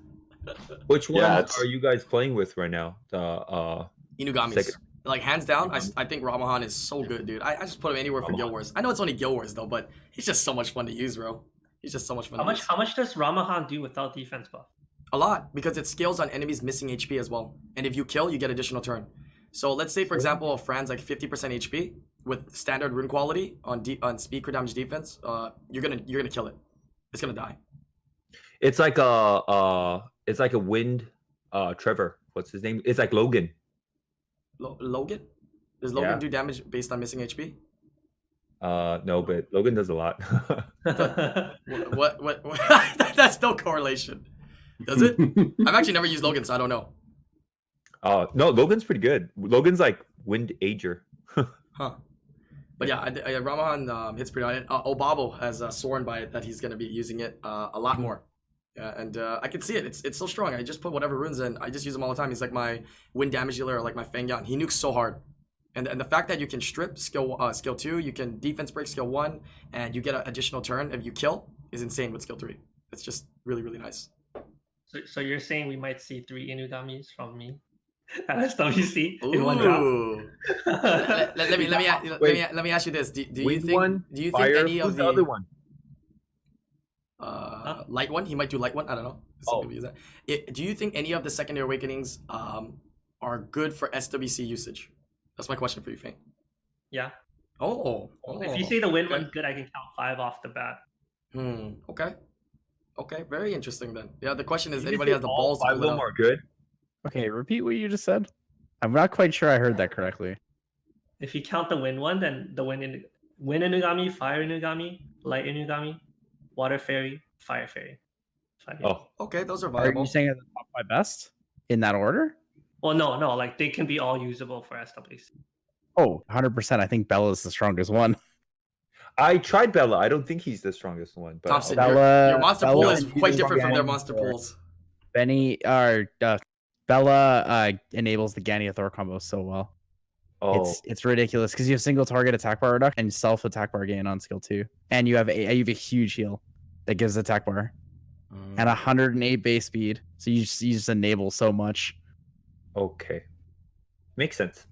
[SPEAKER 5] Which ones
[SPEAKER 4] Yeah, it's-
[SPEAKER 5] are you guys playing with right now? The uh,
[SPEAKER 2] Inugamis.
[SPEAKER 5] Second.
[SPEAKER 2] Like hands down, I, s- I think Ramahan is so good, dude. I, I just put him anywhere for
[SPEAKER 5] Ramahan.
[SPEAKER 2] Guild Wars. I know it's only Guild Wars though, but he's just so much fun to use, bro. He's just so much fun.
[SPEAKER 3] How
[SPEAKER 2] to
[SPEAKER 3] much?
[SPEAKER 2] use.
[SPEAKER 3] How much does Ramahan do without defense buff?
[SPEAKER 2] A lot because it scales on enemies missing HP as well. And if you kill, you get additional turn. So let's say, for example, Fran's like 50% HP with standard rune quality on de- on speed crit damage defense. Uh, you're gonna you're gonna kill it. It's gonna die.
[SPEAKER 5] it's like a uh, it's like a wind uh Trevor. What's his name? It's like Logan.
[SPEAKER 2] Lo- Logan? Does Logan
[SPEAKER 5] Yeah.
[SPEAKER 2] do damage based on missing HP?
[SPEAKER 5] Uh no, but Logan does a lot.
[SPEAKER 2] What? What? what, what? That's no correlation. Does it? I've actually never used Logan, so I don't know.
[SPEAKER 5] uh no, Logan's pretty good. Logan's like Wind Ager.
[SPEAKER 2] Huh. But yeah, I, I, Ramahan um, hits pretty on it. Uh, Obabo has uh, sworn by it that he's going to be using it uh, a lot more. Yeah, and uh, I can see it. It's it's so strong. I just put whatever runes in. I just use them all the time. He's like my wind damage dealer, or like my Fangyan. He nukes so hard. And, and the fact that you can strip skill uh, skill two, you can defense break skill one, and you get an additional turn if you kill is insane with skill three. It's just really really nice.
[SPEAKER 3] So, so you're saying we might see three Inudamis from me at SWC in one drop?
[SPEAKER 2] Ooh. let, let- let me let me a- let
[SPEAKER 5] Wait.
[SPEAKER 2] me let me ask you this. Do, do you
[SPEAKER 5] Wing
[SPEAKER 2] think
[SPEAKER 5] one,
[SPEAKER 2] do you think
[SPEAKER 5] Fire.
[SPEAKER 2] any
[SPEAKER 5] Who's
[SPEAKER 2] of
[SPEAKER 5] the other one?
[SPEAKER 2] uh, light one. He might do light one. I don't know. It's so
[SPEAKER 5] Oh.
[SPEAKER 2] confusing. It- do you think any of the secondary awakenings um, are good for SWC usage? That's my question for you, Fang.
[SPEAKER 3] Yeah.
[SPEAKER 2] Oh. oh.
[SPEAKER 3] If you say the wind
[SPEAKER 2] okay.
[SPEAKER 3] one's good, I can count five off the bat.
[SPEAKER 2] Hmm. Okay. Okay. Very interesting then. Yeah. The question is,
[SPEAKER 5] Did you
[SPEAKER 2] anybody
[SPEAKER 5] say
[SPEAKER 2] has the
[SPEAKER 5] all
[SPEAKER 2] balls to
[SPEAKER 5] Five of
[SPEAKER 2] pull it
[SPEAKER 5] them
[SPEAKER 2] out?
[SPEAKER 5] are good.
[SPEAKER 1] Okay, repeat what you just said. I'm not quite sure I heard that correctly.
[SPEAKER 3] If you count the wind one, then the wind in wind Inugami, fire Inugami, light Inugami, water fairy, fire fairy. Five.
[SPEAKER 5] Oh,
[SPEAKER 2] Okay. Those are
[SPEAKER 1] Are
[SPEAKER 2] viable.
[SPEAKER 1] you saying at the top my best in that order?
[SPEAKER 3] Well, no, no, like they can be all usable for SWC.
[SPEAKER 1] Oh, 100%. I think Bella's the strongest one.
[SPEAKER 5] I tried Bella. I don't think he's the strongest one. But
[SPEAKER 2] Thompson,
[SPEAKER 5] I'll-
[SPEAKER 2] your,
[SPEAKER 1] Bella-
[SPEAKER 2] your monster
[SPEAKER 1] Bella
[SPEAKER 2] pool is
[SPEAKER 1] and Peter's
[SPEAKER 2] quite different from their
[SPEAKER 1] Bogdan,
[SPEAKER 2] monster
[SPEAKER 1] uh,
[SPEAKER 2] pools.
[SPEAKER 1] Benny or uh, Bella uh, enables the Ganny Thor combo so well.
[SPEAKER 5] oh,
[SPEAKER 1] It's it's ridiculous because you have single target attack bar reduction and self attack bar gain on skill two, and you have a you have a huge heal that gives attack bar and 108 base speed. So you just, you just enable so much.
[SPEAKER 5] Oh, okay, makes sense.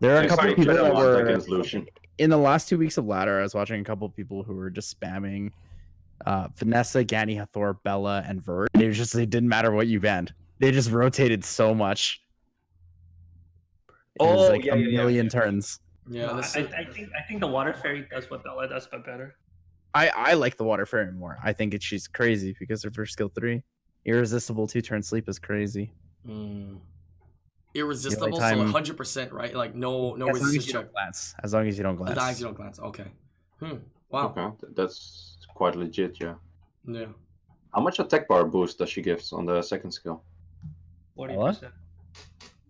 [SPEAKER 1] There are a
[SPEAKER 4] Next
[SPEAKER 1] couple
[SPEAKER 4] time,
[SPEAKER 1] of people
[SPEAKER 4] put
[SPEAKER 1] that
[SPEAKER 4] them on
[SPEAKER 1] were
[SPEAKER 4] against Lucian.
[SPEAKER 1] in the last two weeks of ladder. I was watching a couple of people who were just spamming uh, Vanessa, Gani, Hathor, Bella, and Vert. It was just it didn't matter what you banned. They just rotated so much. It was
[SPEAKER 5] Oh,
[SPEAKER 1] like
[SPEAKER 5] yeah,
[SPEAKER 1] a
[SPEAKER 5] yeah, yeah,
[SPEAKER 1] million turns.
[SPEAKER 2] Yeah.
[SPEAKER 3] No,
[SPEAKER 2] This,
[SPEAKER 3] I, I, I think I think the water fairy does what Bella does, but better.
[SPEAKER 1] I I like the water fairy more. I think it, she's crazy because of her skill three. Irresistible two turn sleep is crazy.
[SPEAKER 2] Mm. Irresistible. So
[SPEAKER 1] time-
[SPEAKER 2] 100%, right? Like no,
[SPEAKER 1] as long
[SPEAKER 2] no
[SPEAKER 1] as
[SPEAKER 2] resistance
[SPEAKER 1] you
[SPEAKER 2] check.
[SPEAKER 1] don't glance. As long as you don't
[SPEAKER 2] As
[SPEAKER 1] glance.
[SPEAKER 2] long as you don't glance. Okay. Hmm.
[SPEAKER 1] Oh.
[SPEAKER 2] Wow.
[SPEAKER 4] Okay, th- that's quite legit, yeah.
[SPEAKER 2] Yeah.
[SPEAKER 4] How much attack bar boost does she give on the second skill?
[SPEAKER 3] Forty
[SPEAKER 1] Bella?
[SPEAKER 3] percent.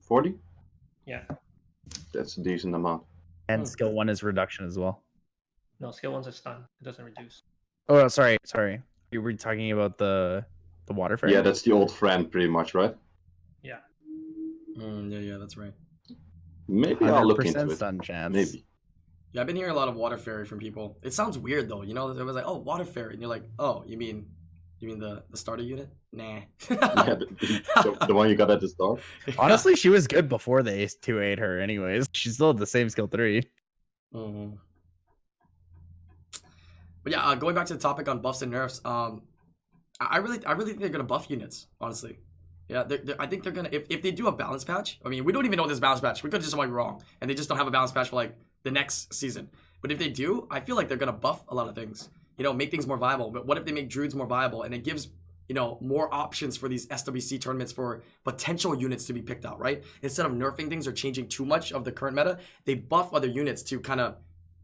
[SPEAKER 4] 40?
[SPEAKER 3] Yeah.
[SPEAKER 4] That's a decent amount.
[SPEAKER 1] And skill one is reduction as well.
[SPEAKER 3] No, skill one's a stun. It doesn't reduce.
[SPEAKER 1] Oh, no, sorry, sorry. You were talking about the the water fairy.
[SPEAKER 4] Yeah, that's the old friend pretty much, right?
[SPEAKER 2] Mm, yeah, yeah, that's right.
[SPEAKER 4] Maybe I'll look
[SPEAKER 1] 100%
[SPEAKER 4] into it.
[SPEAKER 1] stun chance.
[SPEAKER 4] Maybe.
[SPEAKER 2] Yeah, I've been hearing a lot of water fairy from people. It sounds weird though, you know. It was like, oh, water fairy, and you're like, oh, you mean, you mean the the starter unit? Nah.
[SPEAKER 4] Yeah, the, the- the one you got at the start.
[SPEAKER 1] Honestly, she was good before they two ate her. Anyways, she still had the same skill three.
[SPEAKER 2] Mhm. But yeah, uh, going back to the topic on buffs and nerfs, um, I I really, I really think they're gonna buff units, honestly. Yeah, they're, they're- I think they're gonna if, if they do a balance patch. I mean, we don't even know this balance patch. We could just be wrong, and they just don't have a balance patch for like the next season. But if they do, I feel like they're gonna buff a lot of things. You know, make things more viable. But what if they make druids more viable, and it gives you know more options for these SWC tournaments for potential units to be picked out, right? Instead of nerfing things or changing too much of the current meta, they buff other units to kind of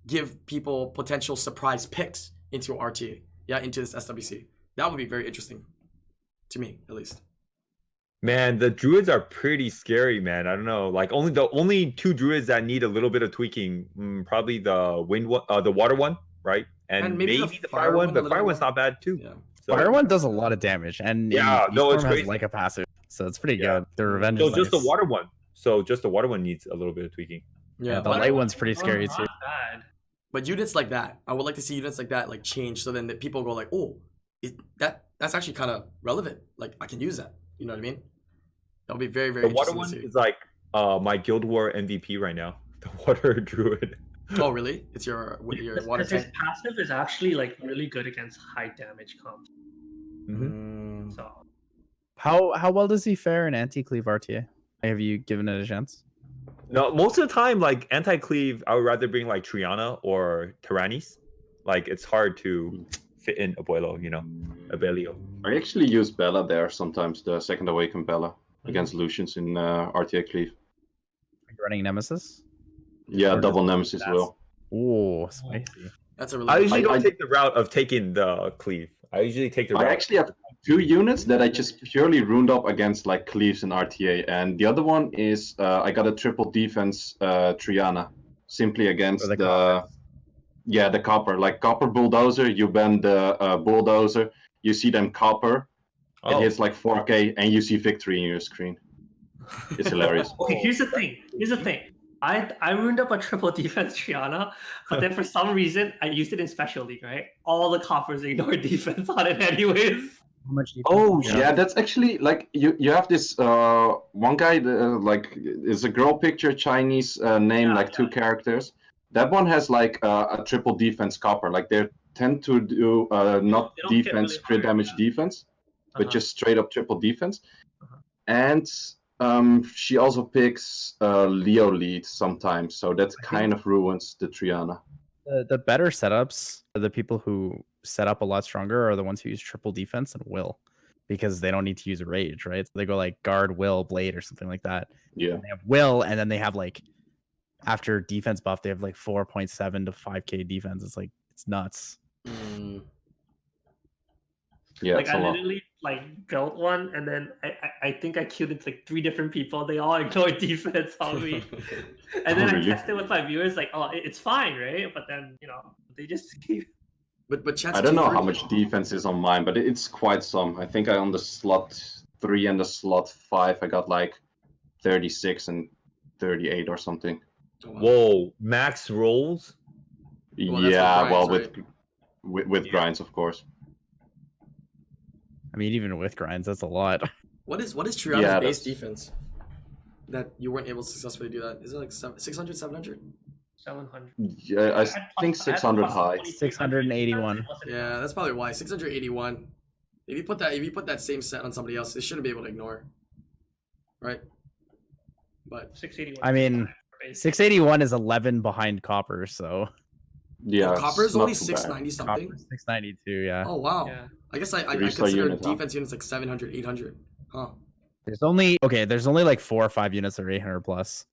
[SPEAKER 2] give people potential surprise picks into RTA, yeah, into this SWC. That would be very interesting to me, at least.
[SPEAKER 5] Man, the druids are pretty scary, man. I don't know. Like only the only two druids that need a little bit of tweaking, mm, probably the wind one, uh, the water one, right? And, maybe, the, fire, one,
[SPEAKER 2] a
[SPEAKER 5] but
[SPEAKER 2] little
[SPEAKER 5] fire
[SPEAKER 2] bit
[SPEAKER 5] one's
[SPEAKER 2] more.
[SPEAKER 5] not bad too.
[SPEAKER 2] Yeah.
[SPEAKER 5] So,
[SPEAKER 1] Fire one does a lot of damage, and
[SPEAKER 5] Yeah,
[SPEAKER 1] in
[SPEAKER 5] no,
[SPEAKER 1] Eastbourne
[SPEAKER 5] it's
[SPEAKER 1] has,
[SPEAKER 5] crazy.
[SPEAKER 1] like a passive, so it's pretty
[SPEAKER 5] Yeah.
[SPEAKER 1] good. The revenge.
[SPEAKER 5] so
[SPEAKER 1] is
[SPEAKER 5] just the
[SPEAKER 1] nice.
[SPEAKER 5] water one. So just the water one needs a little bit of tweaking.
[SPEAKER 1] Yeah,
[SPEAKER 2] Yeah.
[SPEAKER 1] the
[SPEAKER 2] But,
[SPEAKER 1] light one's pretty scary
[SPEAKER 3] not
[SPEAKER 5] Uh-huh.
[SPEAKER 1] too.
[SPEAKER 3] Bad.
[SPEAKER 2] but units like that, I would like to see units like that like change so then that people go like, oh, it, that that's actually kind of relevant. Like I can use that. You know what I mean? That would be very, very
[SPEAKER 5] The water
[SPEAKER 2] interesting
[SPEAKER 5] one
[SPEAKER 2] to see.
[SPEAKER 5] is like uh, my guild war MVP right now. The water druid.
[SPEAKER 2] Oh, really? It's your with your
[SPEAKER 3] Because-
[SPEAKER 2] water
[SPEAKER 3] because his
[SPEAKER 2] tank.
[SPEAKER 3] passive is actually like really good against high damage comps.
[SPEAKER 5] Mhm.
[SPEAKER 2] Mm.
[SPEAKER 3] So
[SPEAKER 1] How how well does he fare in anti cleave RTA? Have you given it a chance?
[SPEAKER 5] No, most of the time, like anti cleave, I would rather bring like Triana
[SPEAKER 2] Hmm.
[SPEAKER 5] or Tyrannis. Like it's hard to fit in Abuelo, you know, Abelio.
[SPEAKER 4] I actually use Bella there sometimes, the second awakened Bella against Lucians in uh, RTA Cleave.
[SPEAKER 1] Are you running Nemesis?
[SPEAKER 4] Yeah,
[SPEAKER 1] Or
[SPEAKER 4] double
[SPEAKER 1] just-
[SPEAKER 4] Nemesis
[SPEAKER 1] that's-
[SPEAKER 4] will.
[SPEAKER 1] Ooh, spicy.
[SPEAKER 2] That's a
[SPEAKER 5] I
[SPEAKER 2] really.
[SPEAKER 5] usually
[SPEAKER 4] I-
[SPEAKER 5] don't
[SPEAKER 4] I-
[SPEAKER 5] take the route of taking the cleave. I usually take the
[SPEAKER 4] I
[SPEAKER 5] route.
[SPEAKER 4] actually have two units that I just purely ruined up against like Cleaves and RTA, and the other one is uh, I got a triple defense uh, Triana simply against
[SPEAKER 1] For
[SPEAKER 4] the,
[SPEAKER 1] the coppers.
[SPEAKER 4] yeah the copper like copper bulldozer. You bend the uh, bulldozer, you see them copper,
[SPEAKER 5] oh,
[SPEAKER 4] it hits like 4k, and you see victory in your screen. It's hilarious.
[SPEAKER 3] Okay, here's the thing. Here's the thing. I I ruined up a triple defense Triana, but then for some reason I used it in special league, right? All the coppers ignored defense on it anyways.
[SPEAKER 1] How much do you-
[SPEAKER 4] Oh
[SPEAKER 1] Yeah.
[SPEAKER 4] yeah. that's actually like you you have this uh one guy uh, like it's a girl picture Chinese uh, name
[SPEAKER 3] Yeah,
[SPEAKER 4] like two characters. That one has like uh, a triple defense copper. Like they tend to do uh not
[SPEAKER 3] They don't get
[SPEAKER 4] defense
[SPEAKER 3] really
[SPEAKER 4] crit
[SPEAKER 3] hard,
[SPEAKER 4] damage defense, but
[SPEAKER 2] Uh-huh.
[SPEAKER 4] just straight up triple defense.
[SPEAKER 3] Uh-huh.
[SPEAKER 4] And um she also picks uh Leo lead sometimes, so that kind of ruins the Triana.
[SPEAKER 1] The, the better setups, the people who set up a lot stronger are the ones who use triple defense and will because they don't need to use rage, right? So they go like guard, will, blade, or something like that.
[SPEAKER 4] Yeah.
[SPEAKER 1] And they have will, and then they have like after defense buff, they have like 4.7 to 5k defense. It's like, it's nuts.
[SPEAKER 2] Mm.
[SPEAKER 4] Yeah,
[SPEAKER 3] like
[SPEAKER 4] it's a
[SPEAKER 3] I
[SPEAKER 4] lot.
[SPEAKER 3] literally like built one, and then I, I I think I queued into like three different people. They all ignored defense on me, and then
[SPEAKER 4] Oh,
[SPEAKER 3] I
[SPEAKER 4] really?
[SPEAKER 3] tested with my viewers like, oh, it- it's fine, right? But then you know they just keep.
[SPEAKER 2] But but Chance
[SPEAKER 4] I don't know how
[SPEAKER 2] Kiefer-
[SPEAKER 4] much defense is on mine, but it's quite some. I think I on the slot three and the slot five, I got like 36 and 38 or something.
[SPEAKER 2] Oh, wow.
[SPEAKER 5] whoa, max rolls.
[SPEAKER 2] Well, that's
[SPEAKER 4] yeah,
[SPEAKER 2] with
[SPEAKER 4] well, with,
[SPEAKER 2] grinds,
[SPEAKER 4] with with
[SPEAKER 5] Yeah.
[SPEAKER 4] grinds, of course.
[SPEAKER 1] I mean, even with grinds, that's a lot.
[SPEAKER 2] What is what is Triana's
[SPEAKER 4] Yeah,
[SPEAKER 2] base
[SPEAKER 4] that's-
[SPEAKER 2] defense? That you weren't able to successfully do that. Is it like seven- 600, 700?
[SPEAKER 3] 700.
[SPEAKER 4] Yeah, I s-
[SPEAKER 3] had plus- I
[SPEAKER 4] think
[SPEAKER 3] had
[SPEAKER 4] 600
[SPEAKER 3] plus
[SPEAKER 4] high.
[SPEAKER 3] 2300
[SPEAKER 1] 681.
[SPEAKER 3] defense, it wasn't
[SPEAKER 2] Yeah, that's probably why. 681. If you put that if you put that same set on somebody else, they shouldn't be able to ignore. Right? But
[SPEAKER 3] 681.
[SPEAKER 1] I mean, 681 is 11 behind copper, so
[SPEAKER 4] Yeah,
[SPEAKER 2] oh,
[SPEAKER 4] it's
[SPEAKER 2] copper is
[SPEAKER 4] not
[SPEAKER 2] only
[SPEAKER 4] too bad.
[SPEAKER 2] 690 something.
[SPEAKER 1] copper 692, yeah.
[SPEAKER 2] Oh wow.
[SPEAKER 3] Yeah.
[SPEAKER 2] I guess I I, I
[SPEAKER 4] Three star
[SPEAKER 2] consider
[SPEAKER 4] units, huh?
[SPEAKER 2] defense units like 700, 800. Huh.
[SPEAKER 1] There's only okay. There's only like four or five units that are 800 plus.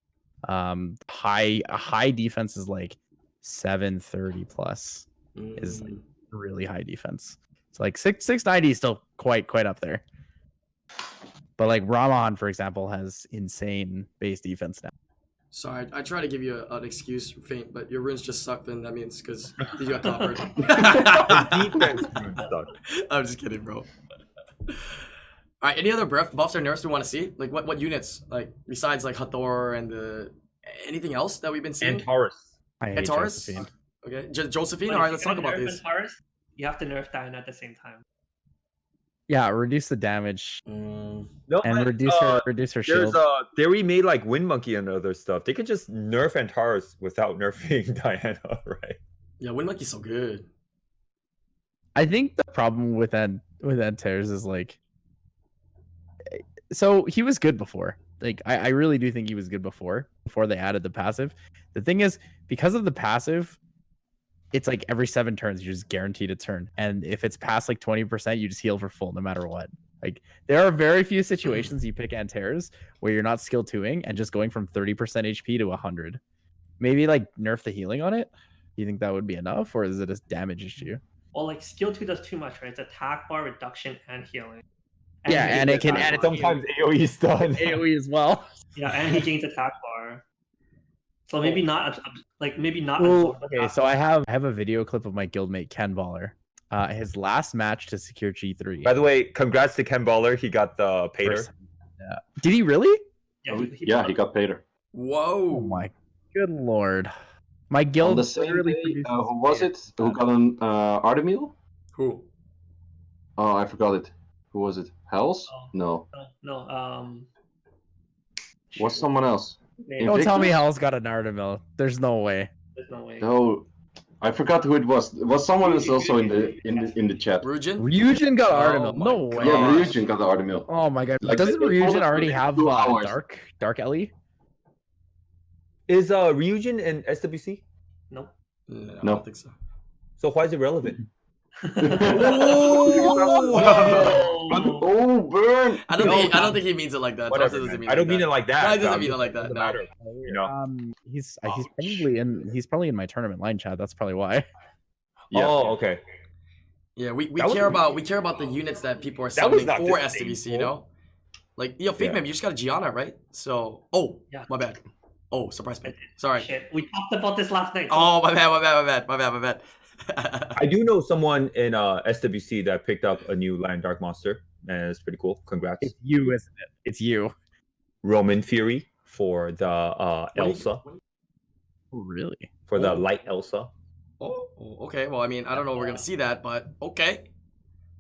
[SPEAKER 1] Um, high a high defense is like 730 plus. Is-
[SPEAKER 2] Mm.
[SPEAKER 1] Really high defense. It's like six 690 is still quite quite up there. But like Rahman, for example, has insane base defense now.
[SPEAKER 2] Sorry, I, I try to give you a, an excuse, faint, but your runes just suck. Then that means because you got coppered.
[SPEAKER 5] Defense runes suck.
[SPEAKER 2] I'm just kidding, bro. All right, any other buff, buffs or nerfs we want to see? Like what, what units? Like besides like Hathor and the anything else that we've been seeing?
[SPEAKER 5] and Taurus.
[SPEAKER 1] I
[SPEAKER 2] And
[SPEAKER 1] hate
[SPEAKER 2] Taurus?
[SPEAKER 1] Josephine.
[SPEAKER 2] Okay, Jo- Josephine.
[SPEAKER 3] But
[SPEAKER 2] All
[SPEAKER 3] if
[SPEAKER 2] right,
[SPEAKER 3] you're
[SPEAKER 2] let's talk
[SPEAKER 3] gonna
[SPEAKER 2] about
[SPEAKER 3] nerf
[SPEAKER 2] this.
[SPEAKER 3] Antares, you have to nerf Diana at the same time.
[SPEAKER 1] Yeah, reduce the damage
[SPEAKER 5] No, I-
[SPEAKER 1] and reduce
[SPEAKER 5] uh,
[SPEAKER 1] her reduce her
[SPEAKER 5] There's
[SPEAKER 1] shield.
[SPEAKER 5] uh, they already made like Wind Monkey and other stuff. They could just nerf Antares without nerfing Diana, right?
[SPEAKER 2] Yeah, Wind Monkey's so good.
[SPEAKER 1] I think the problem with that with that tears is like so he was good before. Like I, I really do think he was good before before they added the passive. The thing is, because of the passive, it's like every seven turns you're just guaranteed a turn. And if it's past like 20%, you just heal for full no matter what. Like there are very few situations you pick Antares where you're not skill twoing and just going from 30% HP to 100. Maybe like nerf the healing on it. You think that would be enough, or is it a damage issue?
[SPEAKER 3] Well, like skill two does too much, right? It's attack bar reduction and healing.
[SPEAKER 1] Yeah,
[SPEAKER 3] he
[SPEAKER 1] and
[SPEAKER 3] gains
[SPEAKER 1] it can-
[SPEAKER 3] attack
[SPEAKER 1] and it
[SPEAKER 3] bar.
[SPEAKER 5] Sometimes E AoE stun.
[SPEAKER 1] AoE as well.
[SPEAKER 3] Yeah, and he gains attack bar. So
[SPEAKER 2] Oh.
[SPEAKER 3] maybe not ab- ab- like maybe not. absorb
[SPEAKER 1] okay,
[SPEAKER 3] attack
[SPEAKER 1] so
[SPEAKER 3] bar.
[SPEAKER 1] I have I have a video clip of my guildmate Ken Baller, uh, his last match to secure G three.
[SPEAKER 5] By the way, congrats to Ken Baller. He got the pater.
[SPEAKER 1] Yeah. Did he really?
[SPEAKER 4] Oh, yeah, he got Pater.
[SPEAKER 2] Whoa.
[SPEAKER 1] Oh my good lord! My
[SPEAKER 4] On
[SPEAKER 1] guild
[SPEAKER 4] the same
[SPEAKER 1] literally
[SPEAKER 4] day,
[SPEAKER 1] produces
[SPEAKER 4] uh, who was
[SPEAKER 1] Pater.
[SPEAKER 4] it? Who got an uh, Artemil?
[SPEAKER 2] Who?
[SPEAKER 4] Oh, I forgot it. Who was it? Hells?
[SPEAKER 3] Oh.
[SPEAKER 4] No.
[SPEAKER 3] No, no, um.
[SPEAKER 4] Was
[SPEAKER 3] shoot,
[SPEAKER 4] someone else?
[SPEAKER 3] name-
[SPEAKER 1] Don't tell me
[SPEAKER 4] Invictus?
[SPEAKER 1] Hell's got an Artemil. There's no way.
[SPEAKER 3] There's no way.
[SPEAKER 4] No, I forgot who it was. It was someone else also in the in the, in the chat.
[SPEAKER 2] Rujin?
[SPEAKER 1] Ryujin got
[SPEAKER 2] Oh
[SPEAKER 1] Artemil.
[SPEAKER 2] my
[SPEAKER 1] No
[SPEAKER 2] God.
[SPEAKER 1] way.
[SPEAKER 4] Yeah, Ryujin got the Artemil.
[SPEAKER 1] Oh my god!
[SPEAKER 4] Like,
[SPEAKER 1] Doesn't
[SPEAKER 4] they- they call
[SPEAKER 1] Ryujin
[SPEAKER 4] it
[SPEAKER 1] already
[SPEAKER 4] for
[SPEAKER 1] have
[SPEAKER 4] two
[SPEAKER 1] uh,
[SPEAKER 4] hours.
[SPEAKER 1] Dark Dark Ellie?
[SPEAKER 5] Is uh Ryujin and SWC?
[SPEAKER 3] Nope.
[SPEAKER 2] No, I
[SPEAKER 4] No.
[SPEAKER 2] don't think so.
[SPEAKER 5] So why is it relevant?
[SPEAKER 2] Ooh.
[SPEAKER 3] Whoa.
[SPEAKER 4] oh, burn!
[SPEAKER 2] I don't think he, I don't think he means it like that.
[SPEAKER 5] Whatever,
[SPEAKER 2] Thompson doesn't
[SPEAKER 5] man.
[SPEAKER 2] mean
[SPEAKER 5] I don't mean it like that.
[SPEAKER 2] No, it doesn't
[SPEAKER 5] but I'm
[SPEAKER 2] mean it
[SPEAKER 5] just-
[SPEAKER 2] like that,
[SPEAKER 5] doesn't
[SPEAKER 2] no.
[SPEAKER 5] matter, You know.
[SPEAKER 1] Um, he's uh, he's
[SPEAKER 4] Oh,
[SPEAKER 5] Ouch.
[SPEAKER 1] probably in he's probably in my tournament line chat. That's probably why.
[SPEAKER 4] Yeah.
[SPEAKER 5] Oh, okay.
[SPEAKER 2] Yeah, we, we
[SPEAKER 5] That was-
[SPEAKER 2] care about we care about the units that people are
[SPEAKER 5] That was
[SPEAKER 2] summoning
[SPEAKER 5] not
[SPEAKER 2] for
[SPEAKER 5] disdainful.
[SPEAKER 2] SWC, you know? Like yo, fake
[SPEAKER 5] Yeah.
[SPEAKER 2] man, you just got a Gianna, right? So oh
[SPEAKER 3] Yeah.
[SPEAKER 2] my bad. Oh, surprise me. Sorry.
[SPEAKER 3] Shit, we talked about this last night.
[SPEAKER 2] Oh my bad, my bad, my bad, my bad, my bad.
[SPEAKER 5] I do know someone in uh, SWC that picked up a new Land Dark monster, and it's pretty cool. Congrats,
[SPEAKER 1] It's you, isn't it? It's you.
[SPEAKER 5] Roman Fury for the uh,
[SPEAKER 2] What do you-
[SPEAKER 5] Elsa
[SPEAKER 1] Really?
[SPEAKER 5] for the
[SPEAKER 2] Oh.
[SPEAKER 5] light Elsa.
[SPEAKER 2] oh oh, okay. Well I mean I don't know if we're gonna see that, but okay.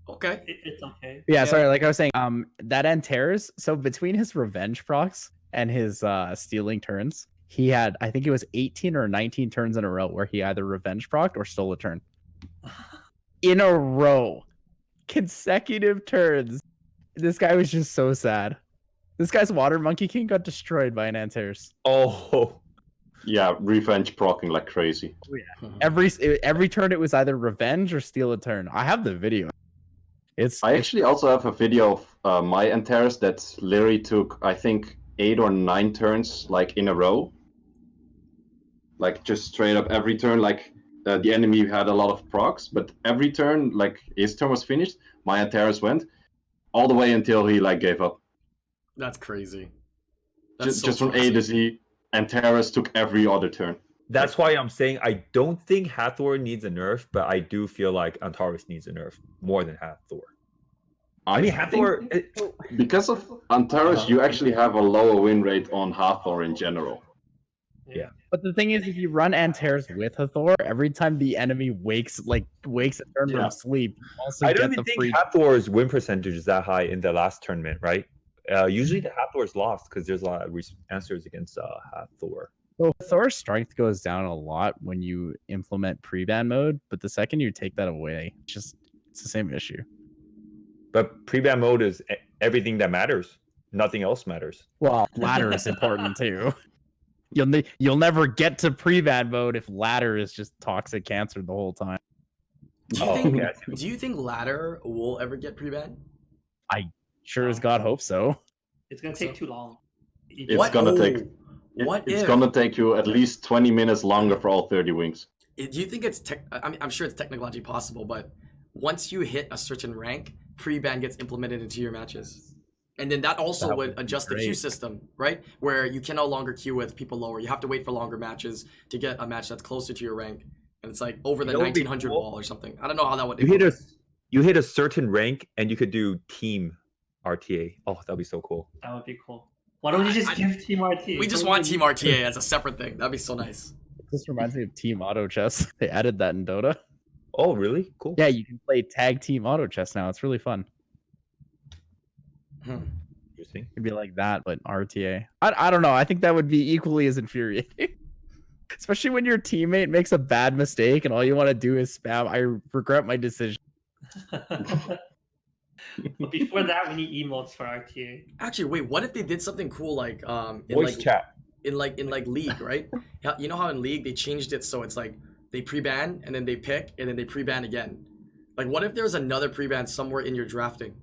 [SPEAKER 2] Okay.
[SPEAKER 3] It- it's okay.
[SPEAKER 1] Yeah,
[SPEAKER 2] Yeah.
[SPEAKER 1] Sorry. Like I was saying, um, that end tears. So between his revenge procs and his uh stealing turns, he had I think it was 18 or 19 turns in a row where he either revenge proc or stole a turn in a row, consecutive turns. This guy was just so sad. This guy's water monkey king got destroyed by an Antares.
[SPEAKER 5] Oh,
[SPEAKER 4] Yeah, revenge procking like crazy.
[SPEAKER 1] every every turn it was either revenge or steal a turn. I have the video. It's
[SPEAKER 4] I
[SPEAKER 1] it's-
[SPEAKER 4] actually also have a video of uh, my Antares that literally took, I think, eight or nine turns like in a row. Like just straight up every turn, like uh, the enemy had a lot of procs, but every turn, like his turn was finished, my Antares went all the way until he like gave up.
[SPEAKER 2] That's crazy.
[SPEAKER 4] Just,
[SPEAKER 2] so
[SPEAKER 4] just from A
[SPEAKER 2] crazy.
[SPEAKER 4] to Z, Antares took every other turn.
[SPEAKER 5] that's why I'm saying I don't think Hathor needs a nerf, but I do feel like Antares needs a nerf more than Hathor. I mean, Hathor. it-
[SPEAKER 4] Because of Antares, you actually have a lower win rate on Hathor in general.
[SPEAKER 1] but the thing is, if you run Antares with Hathor, every time the enemy wakes like wakes a turn
[SPEAKER 4] Yeah.
[SPEAKER 1] from sleep, you also
[SPEAKER 5] I
[SPEAKER 1] get
[SPEAKER 5] don't
[SPEAKER 1] the
[SPEAKER 5] even think
[SPEAKER 1] free.
[SPEAKER 5] Hathor's win percentage is that high in the last tournament, right? Uh, usually the Hathor's lost because there's a lot of re- answers against uh, Hathor.
[SPEAKER 1] So Hathor's strength goes down a lot when you implement pre-ban mode, but the second you take that away, it's just it's the same issue.
[SPEAKER 5] But pre-ban mode is e- everything that matters. Nothing else matters.
[SPEAKER 1] Well, ladder is important too. You'll ne- you'll never get to pre-ban mode if ladder is just toxic cancer the whole time.
[SPEAKER 2] Do you
[SPEAKER 5] Oh,
[SPEAKER 2] think
[SPEAKER 5] okay, I see what
[SPEAKER 2] do you think ladder will ever get pre ban?
[SPEAKER 1] Sure as God hope so.
[SPEAKER 3] It's gonna take too long.
[SPEAKER 4] It's gonna take- It-
[SPEAKER 2] Oh. what
[SPEAKER 4] it's
[SPEAKER 2] if
[SPEAKER 4] gonna take you at least 20 minutes longer for all 30 wings.
[SPEAKER 2] it- do you think it's tech I- I'm, I'm sure it's technologically possible but once you hit a certain rank pre-ban gets implemented into your matches and then that also
[SPEAKER 1] That
[SPEAKER 2] would,
[SPEAKER 1] would be
[SPEAKER 2] adjust the queue
[SPEAKER 1] great.
[SPEAKER 2] system right where you can no longer queue with people lower you have to wait for longer matches to get a match that's closer to your rank and it's like over the
[SPEAKER 5] That would be
[SPEAKER 2] 1900
[SPEAKER 5] cool.
[SPEAKER 2] wall or something i don't know how that would
[SPEAKER 5] You hit a
[SPEAKER 2] implement-
[SPEAKER 5] you hit a certain rank and you could do team RTA. Oh, that'd be so cool.
[SPEAKER 3] That would be cool. Why don't we just
[SPEAKER 2] I-
[SPEAKER 3] give Team RT?
[SPEAKER 2] we just want team rta as a separate thing that'd be so nice
[SPEAKER 1] This reminds me of Team Auto Chess. They added that in Dota.
[SPEAKER 5] Oh, really? Cool.
[SPEAKER 1] Yeah, you can play tag team auto chess now. It's really fun.
[SPEAKER 2] Hmm.
[SPEAKER 5] Interesting.
[SPEAKER 1] It'd be like that, but RTA. I, I don't know. I think that would be equally as infuriating. Especially when your teammate makes a bad mistake and all you want to do is spam. I regret my decision.
[SPEAKER 3] but before that, we need emotes for RTA.
[SPEAKER 2] actually wait what if they did something cool like um in
[SPEAKER 5] Voice
[SPEAKER 2] like
[SPEAKER 5] chat.
[SPEAKER 2] in like in like league, right? Yeah, You know how in league they changed it so it's like they pre-ban and then they pick and then they pre-ban again. Like what if there's another pre-ban somewhere in your drafting?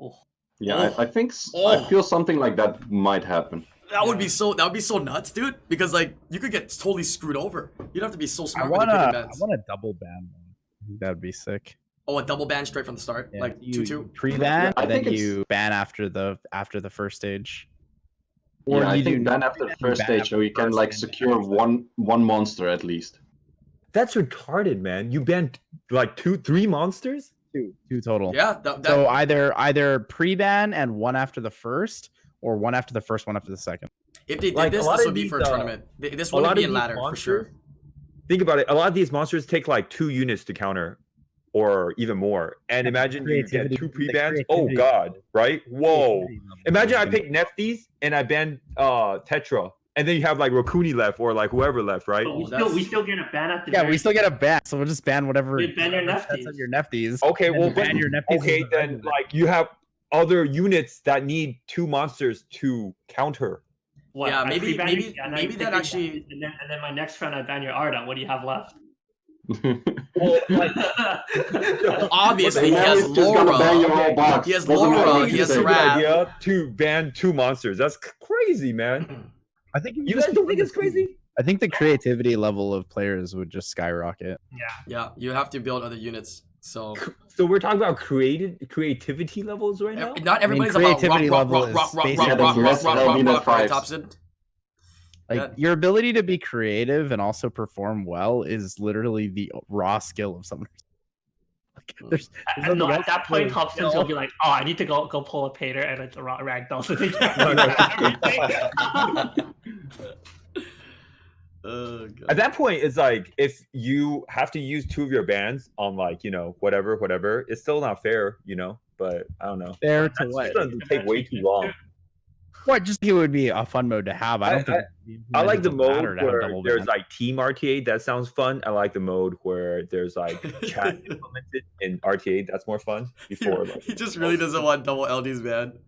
[SPEAKER 3] Oh,
[SPEAKER 4] Yeah,
[SPEAKER 2] Oh.
[SPEAKER 4] I, I think s I
[SPEAKER 2] Oh.
[SPEAKER 4] I feel something like that might happen.
[SPEAKER 2] That would be so that would be so nuts, dude, because like you could get totally screwed over. You'd have to be so
[SPEAKER 1] I
[SPEAKER 2] smart with
[SPEAKER 1] want to
[SPEAKER 2] your
[SPEAKER 1] I
[SPEAKER 2] pre-bans.
[SPEAKER 1] want to double ban one. I think That would be sick.
[SPEAKER 2] Oh, a double ban straight from the start?
[SPEAKER 1] Yeah,
[SPEAKER 2] Like
[SPEAKER 1] you-
[SPEAKER 2] two
[SPEAKER 1] you
[SPEAKER 2] two?
[SPEAKER 1] pre-ban,
[SPEAKER 4] I
[SPEAKER 1] and then
[SPEAKER 4] think it's-
[SPEAKER 1] you ban after the after the first stage. Or
[SPEAKER 4] yeah, I
[SPEAKER 1] you
[SPEAKER 4] think
[SPEAKER 1] do
[SPEAKER 4] ban
[SPEAKER 1] no
[SPEAKER 4] after the
[SPEAKER 1] pre-ban,
[SPEAKER 4] first
[SPEAKER 1] ban
[SPEAKER 4] stage,
[SPEAKER 1] after
[SPEAKER 4] so you can
[SPEAKER 1] first,
[SPEAKER 4] like
[SPEAKER 1] and ban
[SPEAKER 4] secure
[SPEAKER 1] after second.
[SPEAKER 4] one one monster at least.
[SPEAKER 5] That's retarded, man. You banned like two, three monsters.
[SPEAKER 1] two two total.
[SPEAKER 2] Yeah, that, that
[SPEAKER 1] So either either pre-ban and one after the first, or one after the first, one after the second.
[SPEAKER 2] if they did
[SPEAKER 5] like, a
[SPEAKER 2] this,
[SPEAKER 5] lot
[SPEAKER 2] this
[SPEAKER 5] of
[SPEAKER 2] would be
[SPEAKER 5] these,
[SPEAKER 2] for a
[SPEAKER 5] uh,
[SPEAKER 2] tournament. Th- This
[SPEAKER 5] a
[SPEAKER 2] wouldn't
[SPEAKER 5] lot
[SPEAKER 2] be
[SPEAKER 5] of
[SPEAKER 2] in
[SPEAKER 5] these
[SPEAKER 2] ladder for sure.
[SPEAKER 5] monsters- Think about it. A lot of these monsters take like two units to counter, or even more. And imagine you get
[SPEAKER 1] creativity-
[SPEAKER 5] two
[SPEAKER 1] the
[SPEAKER 5] pre-bans. Oh
[SPEAKER 1] creativity-
[SPEAKER 5] God, right? Whoa. Imagine I pick Nephthys and I ban uh Tetra, and then you have like Rokuni left or like whoever left, right?
[SPEAKER 3] but we
[SPEAKER 2] Oh,
[SPEAKER 3] still
[SPEAKER 2] that's-
[SPEAKER 3] we still get a ban at the
[SPEAKER 1] Yeah,
[SPEAKER 3] very-
[SPEAKER 1] we still get a ban, so we'll just ban whatever.
[SPEAKER 3] You ban your
[SPEAKER 1] whatever sets
[SPEAKER 3] Nephthys.
[SPEAKER 1] on your nephews.
[SPEAKER 5] Okay, well, but,
[SPEAKER 1] ban your nephews.
[SPEAKER 5] okay, then like you have other units that need two monsters to counter.
[SPEAKER 3] What,
[SPEAKER 2] Yeah,
[SPEAKER 3] I
[SPEAKER 2] maybe-
[SPEAKER 3] pre-ban you,
[SPEAKER 2] maybe-
[SPEAKER 3] and I
[SPEAKER 2] maybe that
[SPEAKER 3] pre-ban you,
[SPEAKER 2] actually-
[SPEAKER 3] and then, and then my next round I ban your Arda. What do you have left?
[SPEAKER 5] Well, like,
[SPEAKER 3] Like,
[SPEAKER 2] Obviously, he
[SPEAKER 4] Now
[SPEAKER 2] has
[SPEAKER 4] he's just gonna Bang
[SPEAKER 2] Laura.
[SPEAKER 4] your whole box.
[SPEAKER 2] He has
[SPEAKER 4] Doesn't matter
[SPEAKER 2] Laura,
[SPEAKER 4] what
[SPEAKER 2] he
[SPEAKER 4] you
[SPEAKER 2] has
[SPEAKER 4] say.
[SPEAKER 2] Rap.
[SPEAKER 5] idea to ban two monsters. That's c- crazy, man.
[SPEAKER 1] I think
[SPEAKER 5] You guys don't think it's crazy?
[SPEAKER 1] I think the creativity level of players would just skyrocket.
[SPEAKER 2] Yeah, you have to build other units. So
[SPEAKER 5] So we're talking about creative creativity levels
[SPEAKER 3] Eh,
[SPEAKER 5] right now.
[SPEAKER 2] ev- not everybody's
[SPEAKER 1] creativity
[SPEAKER 2] about
[SPEAKER 1] level
[SPEAKER 2] rock,
[SPEAKER 1] is
[SPEAKER 2] rock, rock, rock,
[SPEAKER 1] basically-
[SPEAKER 2] rock,
[SPEAKER 1] Yeah,
[SPEAKER 2] rock, rock,
[SPEAKER 4] that's
[SPEAKER 2] rock,
[SPEAKER 4] less than
[SPEAKER 2] rock,
[SPEAKER 4] Elvin
[SPEAKER 2] rock,
[SPEAKER 4] at
[SPEAKER 2] rock,
[SPEAKER 4] five.
[SPEAKER 2] Thompson.
[SPEAKER 1] Like
[SPEAKER 2] Yeah.
[SPEAKER 1] your ability to be creative and also perform well is literally the raw skill of someone. Like, there's,
[SPEAKER 3] I- I- no, at that point, Hobson's
[SPEAKER 1] No.
[SPEAKER 3] will be like, "Oh, I need to go go pull a pater and it's a ra- ragdoll." So they can
[SPEAKER 5] No, no.
[SPEAKER 3] everything.
[SPEAKER 2] Oh, God.
[SPEAKER 5] At that point, it's like if you have to use two of your bands on like you know whatever whatever, it's still not fair, you know. But I don't know.
[SPEAKER 1] fair to
[SPEAKER 5] That's
[SPEAKER 1] what?
[SPEAKER 5] just gonna take way too long.
[SPEAKER 1] What? Just think it would be a fun mode to have. I
[SPEAKER 5] I-
[SPEAKER 1] don't think. it'd be
[SPEAKER 5] I like the
[SPEAKER 1] implemented to matter
[SPEAKER 5] mode
[SPEAKER 1] to have
[SPEAKER 5] where
[SPEAKER 1] double ban.
[SPEAKER 5] there's like team RTA. That sounds fun. I like the mode where there's like chat implemented in RTA. That's more fun. Before like
[SPEAKER 2] he just really doesn't want double LDs, man.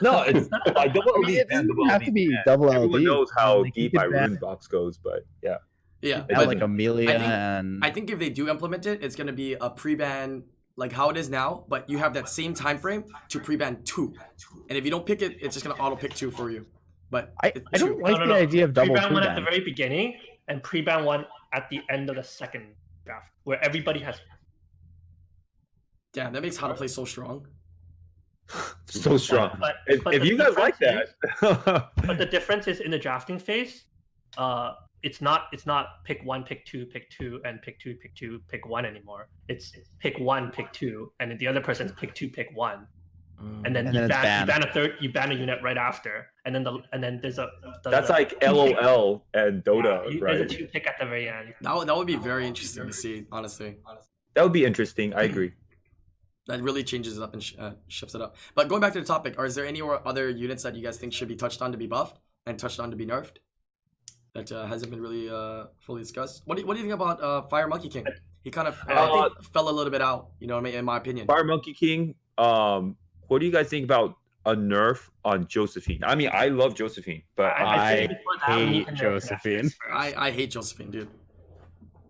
[SPEAKER 5] no, it's not like double
[SPEAKER 1] I
[SPEAKER 5] LD
[SPEAKER 1] mean, it
[SPEAKER 5] ban, double
[SPEAKER 1] doesn't have
[SPEAKER 5] LD
[SPEAKER 1] to be
[SPEAKER 5] ban.
[SPEAKER 1] double
[SPEAKER 5] Everyone
[SPEAKER 1] LD.
[SPEAKER 5] knows how
[SPEAKER 1] Like, you
[SPEAKER 5] deep
[SPEAKER 1] could
[SPEAKER 5] my
[SPEAKER 1] ban-
[SPEAKER 5] rune box goes, but yeah.
[SPEAKER 2] Yeah,
[SPEAKER 5] It
[SPEAKER 1] have,
[SPEAKER 2] but
[SPEAKER 1] like
[SPEAKER 5] doesn't-
[SPEAKER 1] Amelia
[SPEAKER 2] I think-
[SPEAKER 1] and
[SPEAKER 2] I think if they do implement it, it's gonna be a pre-ban like how it is now, but you have that same time frame to pre-ban two, and if you don't pick it, it's just gonna auto-pick two for you. But
[SPEAKER 1] I,
[SPEAKER 2] it's
[SPEAKER 1] I
[SPEAKER 2] two.
[SPEAKER 1] don't like
[SPEAKER 3] no,
[SPEAKER 1] the
[SPEAKER 3] no.
[SPEAKER 1] idea of double
[SPEAKER 3] pre-ban one at the
[SPEAKER 1] pre-ban.
[SPEAKER 3] very beginning and pre-ban one at the end of the second draft, where everybody has
[SPEAKER 2] Damn, that makes how to play so strong.
[SPEAKER 5] So strong.
[SPEAKER 3] But,
[SPEAKER 5] If,
[SPEAKER 3] but
[SPEAKER 5] if
[SPEAKER 3] the
[SPEAKER 5] you guys like that,
[SPEAKER 3] difference is- but the difference is in the drafting phase, uh, it's not it's not pick one, pick two, pick two, and pick two, pick two, pick one anymore. It's pick one, pick two, and then the other person's pick two, pick one, and then,
[SPEAKER 1] And
[SPEAKER 3] you,
[SPEAKER 1] then it's
[SPEAKER 3] ban, you
[SPEAKER 1] banned.
[SPEAKER 3] ban a third, you ban a unit right after, and then the and then there's a the,
[SPEAKER 5] that's
[SPEAKER 3] the
[SPEAKER 5] like
[SPEAKER 3] two pick-
[SPEAKER 5] LOL and Dota,
[SPEAKER 3] you- There's a
[SPEAKER 5] right?
[SPEAKER 3] two pick at the very end.
[SPEAKER 2] that would, that would be very interesting to see, honestly.
[SPEAKER 5] That would be interesting. I agree.
[SPEAKER 2] That really changes it up and sh- uh, shifts it up. But going back to the topic, are is there any or- other units that you guys think should be touched on to be buffed and touched on to be nerfed? That uh, hasn't been really uh, fully discussed. What do, you, what do you think about uh, Fire Monkey King? He kind of uh,
[SPEAKER 5] Uh,
[SPEAKER 2] fell a little bit out, you know what I mean, in my opinion.
[SPEAKER 5] Fire Monkey King. Um, what do you guys think about a nerf on Josephine? I mean, I love Josephine, but I,
[SPEAKER 3] think before that, we
[SPEAKER 1] hate
[SPEAKER 3] can nerf Nexus
[SPEAKER 1] Josephine.
[SPEAKER 3] first.
[SPEAKER 2] I, I hate Josephine, dude.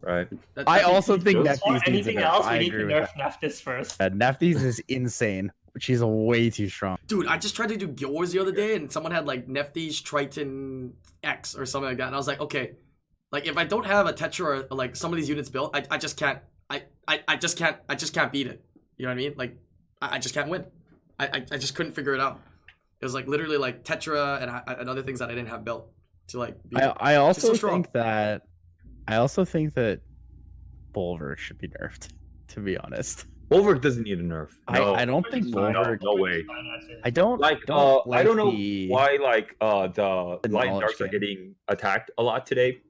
[SPEAKER 5] right?
[SPEAKER 2] That-
[SPEAKER 1] I
[SPEAKER 2] that-
[SPEAKER 1] also think
[SPEAKER 4] Just-
[SPEAKER 3] Or
[SPEAKER 1] Nefties needs a
[SPEAKER 3] anything
[SPEAKER 1] nerf.
[SPEAKER 3] else, we
[SPEAKER 1] I
[SPEAKER 3] need to
[SPEAKER 1] agree with
[SPEAKER 3] nerf
[SPEAKER 1] that.
[SPEAKER 3] Neftis first.
[SPEAKER 1] Uh, Nefties is insane. She's way too strong.
[SPEAKER 2] Dude, I just tried to do Guild Wars the other day and someone had like Nefties Triton X or something like that. And I was like, okay, like if I don't have a Tetra or like some of these units built, I, I just can't, I, I, I just can't, I just can't beat it. You know what I mean? Like, I, I just can't win. I, I, I just couldn't figure it out. It was like literally like Tetra and, I, and other things that I didn't have built to like beat
[SPEAKER 1] I,
[SPEAKER 2] it.
[SPEAKER 1] I also
[SPEAKER 2] strong.
[SPEAKER 1] think that I also think that Bulver should be nerfed. To be honest,
[SPEAKER 5] Bulwark doesn't need a nerf. No.
[SPEAKER 1] I, I don't think
[SPEAKER 5] No,
[SPEAKER 1] Bulver.
[SPEAKER 5] no way.
[SPEAKER 1] I don't
[SPEAKER 5] like
[SPEAKER 1] Don't
[SPEAKER 5] uh, I
[SPEAKER 1] like
[SPEAKER 5] don't know
[SPEAKER 1] the-
[SPEAKER 5] why like uh the
[SPEAKER 1] the
[SPEAKER 5] light and
[SPEAKER 1] knowledge
[SPEAKER 5] darks are
[SPEAKER 1] game.
[SPEAKER 5] getting attacked a lot today